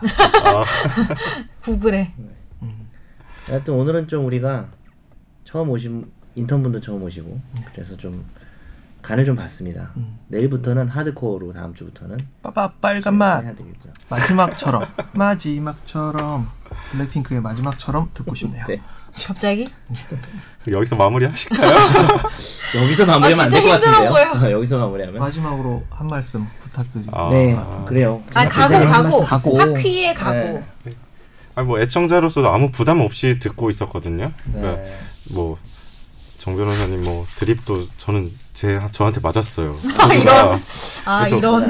Speaker 6: 구글에
Speaker 3: 하여튼 오늘은 좀 우리가 처음 오신 인턴분도 처음 오시고 그래서 좀 간을 좀 봤습니다. 내일부터는 하드코어로 다음 주부터는
Speaker 2: [LAUGHS] 빠빠 빨간 맛
Speaker 3: 해야 되겠죠.
Speaker 2: 마지막처럼 마지막처럼 블랙핑크의 마지막처럼 듣고 싶네요.
Speaker 3: 네.
Speaker 6: 갑자기
Speaker 2: 네.
Speaker 1: 여기서
Speaker 2: [LAUGHS]
Speaker 1: 마무리하실까요?
Speaker 3: 여기서 마무리하면
Speaker 6: 아,
Speaker 3: 안
Speaker 6: 진짜
Speaker 3: 될 것 같은데요.
Speaker 6: 힘들어 보여.
Speaker 3: 아, [LAUGHS] 여기서 마무리하면.
Speaker 2: 마지막으로 한 말씀 네, 부탁드립니다.
Speaker 1: 아,
Speaker 3: 네, 그래요.
Speaker 6: 아 가고
Speaker 3: 한
Speaker 6: 가고
Speaker 3: 말씀 갖고.
Speaker 6: 학위에 가고
Speaker 3: 네.
Speaker 1: 아니 뭐 애청자로서도 아무 부담 없이 듣고 있었거든요. 그러니까
Speaker 3: 네.
Speaker 1: 뭐정 변호사님 뭐 드립도 저는 제 저한테 맞았어요.
Speaker 6: 이런. 아
Speaker 1: 그래서-
Speaker 6: 이런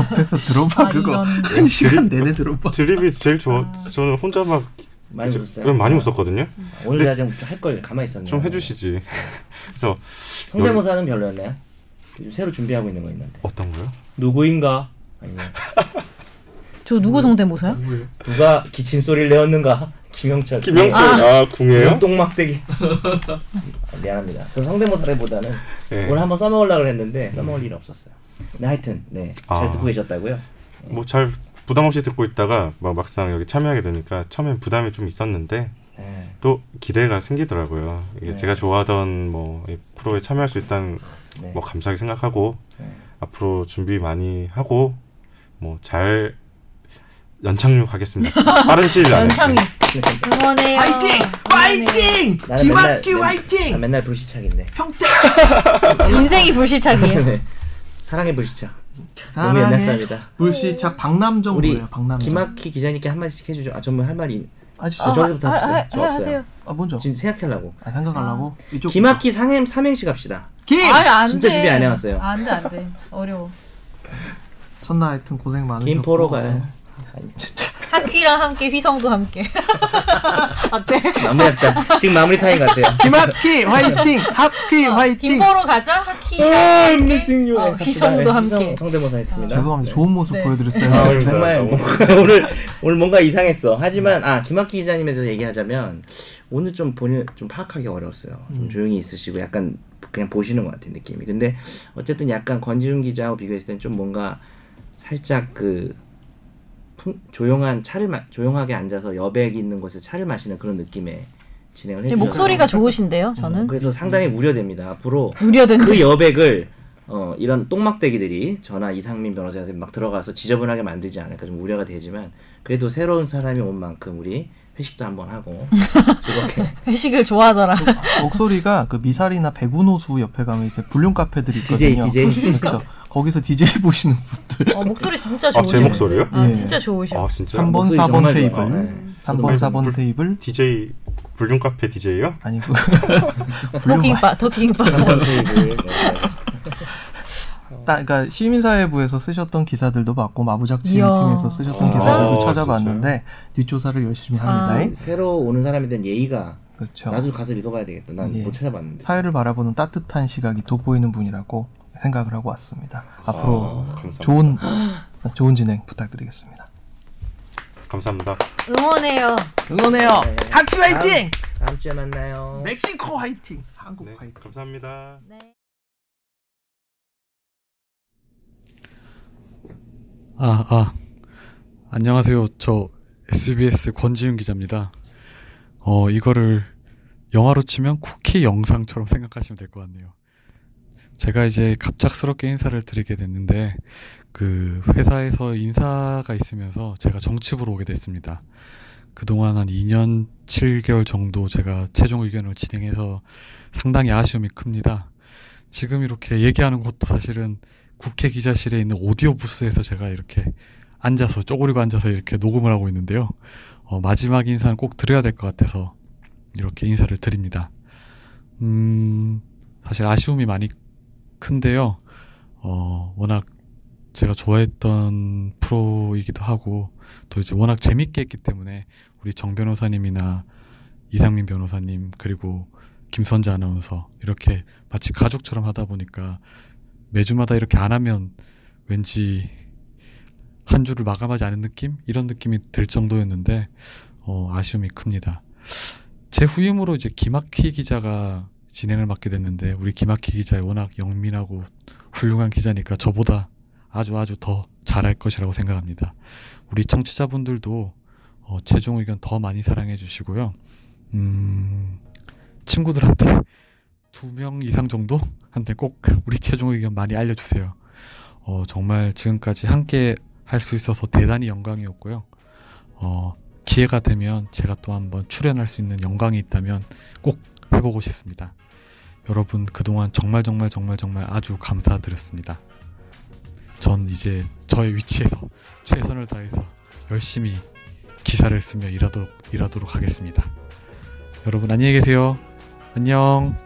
Speaker 2: 옆에서 들어봐
Speaker 6: 아,
Speaker 2: 그거
Speaker 6: 이런. 아,
Speaker 2: 한 시간 내내 들어봐.
Speaker 1: 드립이 제일 좋아. 저는 혼자 막
Speaker 3: 많이
Speaker 1: 저-
Speaker 3: 웃었어요.
Speaker 1: 많이 웃었거든요. 네.
Speaker 3: 오늘 제가 좀할걸 가만히 있었네요.
Speaker 1: 좀 해주시지. [LAUGHS] 그래서
Speaker 3: 성대모사는 별로였나요? 요즘 새로 준비하고 있는 거 있는데.
Speaker 1: 어떤 거요?
Speaker 3: 누구인가? 아니면
Speaker 6: [LAUGHS] 저 누구 성대모사요?
Speaker 3: 누가 기침 소리를 내었는가? 김영철.
Speaker 1: 김영철 아, 궁예요? [LAUGHS]
Speaker 3: 똥막대기. 아, 미안합니다. 그 성대모사보다는
Speaker 1: 예.
Speaker 3: 오늘 한번 써먹으려고 했는데 써먹을 일이 없었어요. 근데 하여튼 네 잘
Speaker 1: 아.
Speaker 3: 듣고 계셨다고요?
Speaker 1: 뭐 잘 부담 없이 듣고 있다가 막 막상 여기 참여하게 되니까 처음엔 부담이 좀 있었는데
Speaker 3: 네.
Speaker 1: 또 기대가 생기더라고요. 이게
Speaker 3: 네.
Speaker 1: 제가 좋아하던 뭐이 프로에 참여할 수 있다는
Speaker 3: 네.
Speaker 1: 뭐 감사하게 생각하고
Speaker 3: 네.
Speaker 1: 앞으로 준비 많이 하고 뭐 잘 연착륙 하겠습니다. 빠른 시일 안에. 아,
Speaker 6: 연창이 응원해요.
Speaker 2: 화이팅! 화이팅!
Speaker 6: 네.
Speaker 3: 나는 맨날
Speaker 2: 김학기
Speaker 3: 맨- 나
Speaker 2: 화이팅!
Speaker 3: 맨날 불시착인데.
Speaker 2: 평택
Speaker 6: 응원해요. 인생이 불시착이에요.
Speaker 3: 네. [LAUGHS] 사랑의 불시착. 너무 옛날
Speaker 2: 사랑해.
Speaker 3: 사람이다.
Speaker 2: 물시착
Speaker 3: 우리
Speaker 2: 박남정부예요. 박남정.
Speaker 3: 김학희 기자님께 한 마디씩 해주죠. 아 정말 할 말이
Speaker 2: 아 진짜.
Speaker 3: 저 저기서부터 합시다. 저 없어요.
Speaker 6: 하세요.
Speaker 2: 아 먼저.
Speaker 3: 지금 생각하려고.
Speaker 2: 아, 생각하려고 이쪽
Speaker 3: 김학기 상행 삼행시 갑시다.
Speaker 2: 김!
Speaker 6: [LAUGHS] 안
Speaker 3: 진짜 준비 안 해왔어요.
Speaker 2: 아,
Speaker 6: 안돼 안돼 어려워.
Speaker 2: 첫날 하여튼 고생 많으셨고
Speaker 3: 김포로 가요.
Speaker 2: [LAUGHS] 진짜
Speaker 6: 학귀랑 함께 휘성도 함께. 어때?
Speaker 3: 마무리합시다. 지금 마무리 타임 같아요.
Speaker 2: 김학기 [LAUGHS] 화이팅! 학기 화이팅!
Speaker 6: 어, 김포로 가자. 학귀.
Speaker 1: 어!
Speaker 3: I'm missing you.
Speaker 6: 어, 휘성도 함께.
Speaker 3: 네, 휘성 성대모사 했습니다.
Speaker 2: 죄송합니다. 좋은 모습
Speaker 6: 네.
Speaker 2: 보여드렸어요.
Speaker 3: 아, 오늘
Speaker 2: 진짜.
Speaker 3: 정말 뭔가 [LAUGHS] 오늘 오늘 뭔가 이상했어. 하지만 아 김학기 기자님에 대해서 얘기하자면 오늘 좀 본인 좀 파악하기 어려웠어요. 좀 조용히 있으시고 약간 그냥 보시는 것 같은 느낌이. 근데 어쨌든 약간 권지훈 기자하고 비교했을 땐 좀 뭔가 살짝 그 품- 조용한 차를 마, 조용하게 앉아서 여백 있는 곳에 차를 마시는 그런 느낌의 진행을 해주셔서
Speaker 6: 목소리가 좋으신데요, 저는.
Speaker 3: 그래서 상당히 우려됩니다. 앞으로
Speaker 1: 음.
Speaker 6: 우려된다.
Speaker 2: 네.
Speaker 3: 그 여백을 어, 이런 똥막대기들이 저나 이상민 변호사 선생님 막 들어가서 지저분하게 만들지 않을까 좀 우려가 되지만 그래도 새로운 사람이 온 만큼 우리 회식도 한번
Speaker 2: [LAUGHS]
Speaker 3: 하고 즐겁게
Speaker 6: 회식을 좋아하더라.
Speaker 2: 목소리가 그 미사리나 백운호수 옆에 가면 이렇게 불륜 카페들이
Speaker 3: DJ,
Speaker 2: 있거든요.
Speaker 3: DJ.
Speaker 2: [LAUGHS] 그렇죠. 거기서 DJ [LAUGHS] 보시는 분들
Speaker 6: 어, 목소리 진짜
Speaker 1: 아, 제
Speaker 6: 좋으시네.
Speaker 1: 목소리요?
Speaker 6: 아,
Speaker 2: 예.
Speaker 6: 진짜
Speaker 4: 네.
Speaker 6: 좋으셔.
Speaker 1: 아 진짜.
Speaker 2: 3번,
Speaker 3: 목소리
Speaker 2: 4번
Speaker 3: 정말
Speaker 2: 테이블,
Speaker 3: 좋아요. 네. 저도
Speaker 2: 3번,
Speaker 3: 많이
Speaker 2: 4번 테이블
Speaker 1: DJ 불륜 카페 DJ요?
Speaker 6: [LAUGHS]
Speaker 2: 아니고 불륜 말-
Speaker 6: 토킹바, 토킹바.
Speaker 3: 테이블, 네.
Speaker 2: 따- 그러니까 시민사회부에서 쓰셨던 기사들도 봤고
Speaker 6: 이야.
Speaker 2: 마부작지팀에서 쓰셨던
Speaker 3: 아,
Speaker 2: 기사들도
Speaker 1: 진짜요?
Speaker 2: 찾아봤는데 뒷조사를 열심히 합니다.
Speaker 3: 새로 오는 사람에 대한 예의가
Speaker 6: 아.
Speaker 2: 그렇죠.
Speaker 3: 나도 가서 읽어봐야 되겠다. 난 못
Speaker 2: 예.
Speaker 3: 찾아봤는데.
Speaker 2: 사회를 바라보는 따뜻한 시각이 돋보이는 분이라고 생각을 하고 왔습니다. 앞으로
Speaker 1: 아, 감사합니다.
Speaker 2: 좋은 좋은 진행 부탁드리겠습니다.
Speaker 1: 감사합니다.
Speaker 6: 응원해요.
Speaker 2: 응원해요.
Speaker 1: 네.
Speaker 2: 학교
Speaker 3: 화이팅! 다음 주에 만나요.
Speaker 2: 네. 멕시코 화이팅! 한국
Speaker 1: 아. 네, 감사합니다.
Speaker 11: 아, 아. 안녕하세요. 저 SBS 권지윤 기자입니다. 어, 이거를 영화로 치면 쿠키 영상처럼 생각하시면 될 것 같네요. 제가 이제 갑작스럽게 인사를 드리게 됐는데, 그 회사에서 인사가 있으면서 제가 정치부로 오게 됐습니다. 그동안 한 2년 7개월 정도 제가 최종 의견을 진행해서 상당히 아쉬움이 큽니다. 지금 이렇게 얘기하는 것도 사실은 국회 기자실에 있는 오디오 부스에서 제가 이렇게 앉아서 쪼그리고 앉아서 이렇게 녹음을 하고 있는데요. 어, 마지막 인사는 꼭 드려야 될 것 같아서 이렇게 인사를 드립니다. 음, 사실 아쉬움이 많이 큰데요. 어, 워낙 제가 좋아했던 프로이기도 하고 또 이제 워낙 재밌게 했기 때문에 우리 정 변호사님이나 이상민 변호사님 그리고 김선재 아나운서 이렇게 마치 가족처럼 하다 보니까 매주마다 이렇게 안 하면 왠지 한 주를 마감하지 않은 느낌? 이런 느낌이 들 정도였는데, 어, 아쉬움이 큽니다. 제 후임으로 이제 김학휘 기자가 진행을 맡게 됐는데, 우리 김학휘 기자 워낙 영민하고 훌륭한 기자니까 저보다 아주 아주 더 잘할 것이라고 생각합니다. 우리 청취자분들도 어, 최종 의견 더 많이 사랑해 주시고요. 음, 친구들한테 두 명 이상 정도? 한테 꼭 [LAUGHS] 우리 최종 의견 많이 알려주세요. 어, 정말 지금까지 함께 할 수 있어서 대단히 영광이었고요. 어, 기회가 되면 제가 또 한번 출연할 수 있는 영광이 있다면 꼭 해보고 싶습니다. 여러분 그동안 정말 정말 정말 정말 아주 감사드렸습니다. 전 이제 저의 위치에서 [LAUGHS] 최선을 다해서 열심히 기사를 쓰며 일하도록, 일하도록 하겠습니다. 여러분 안녕히 계세요. 안녕.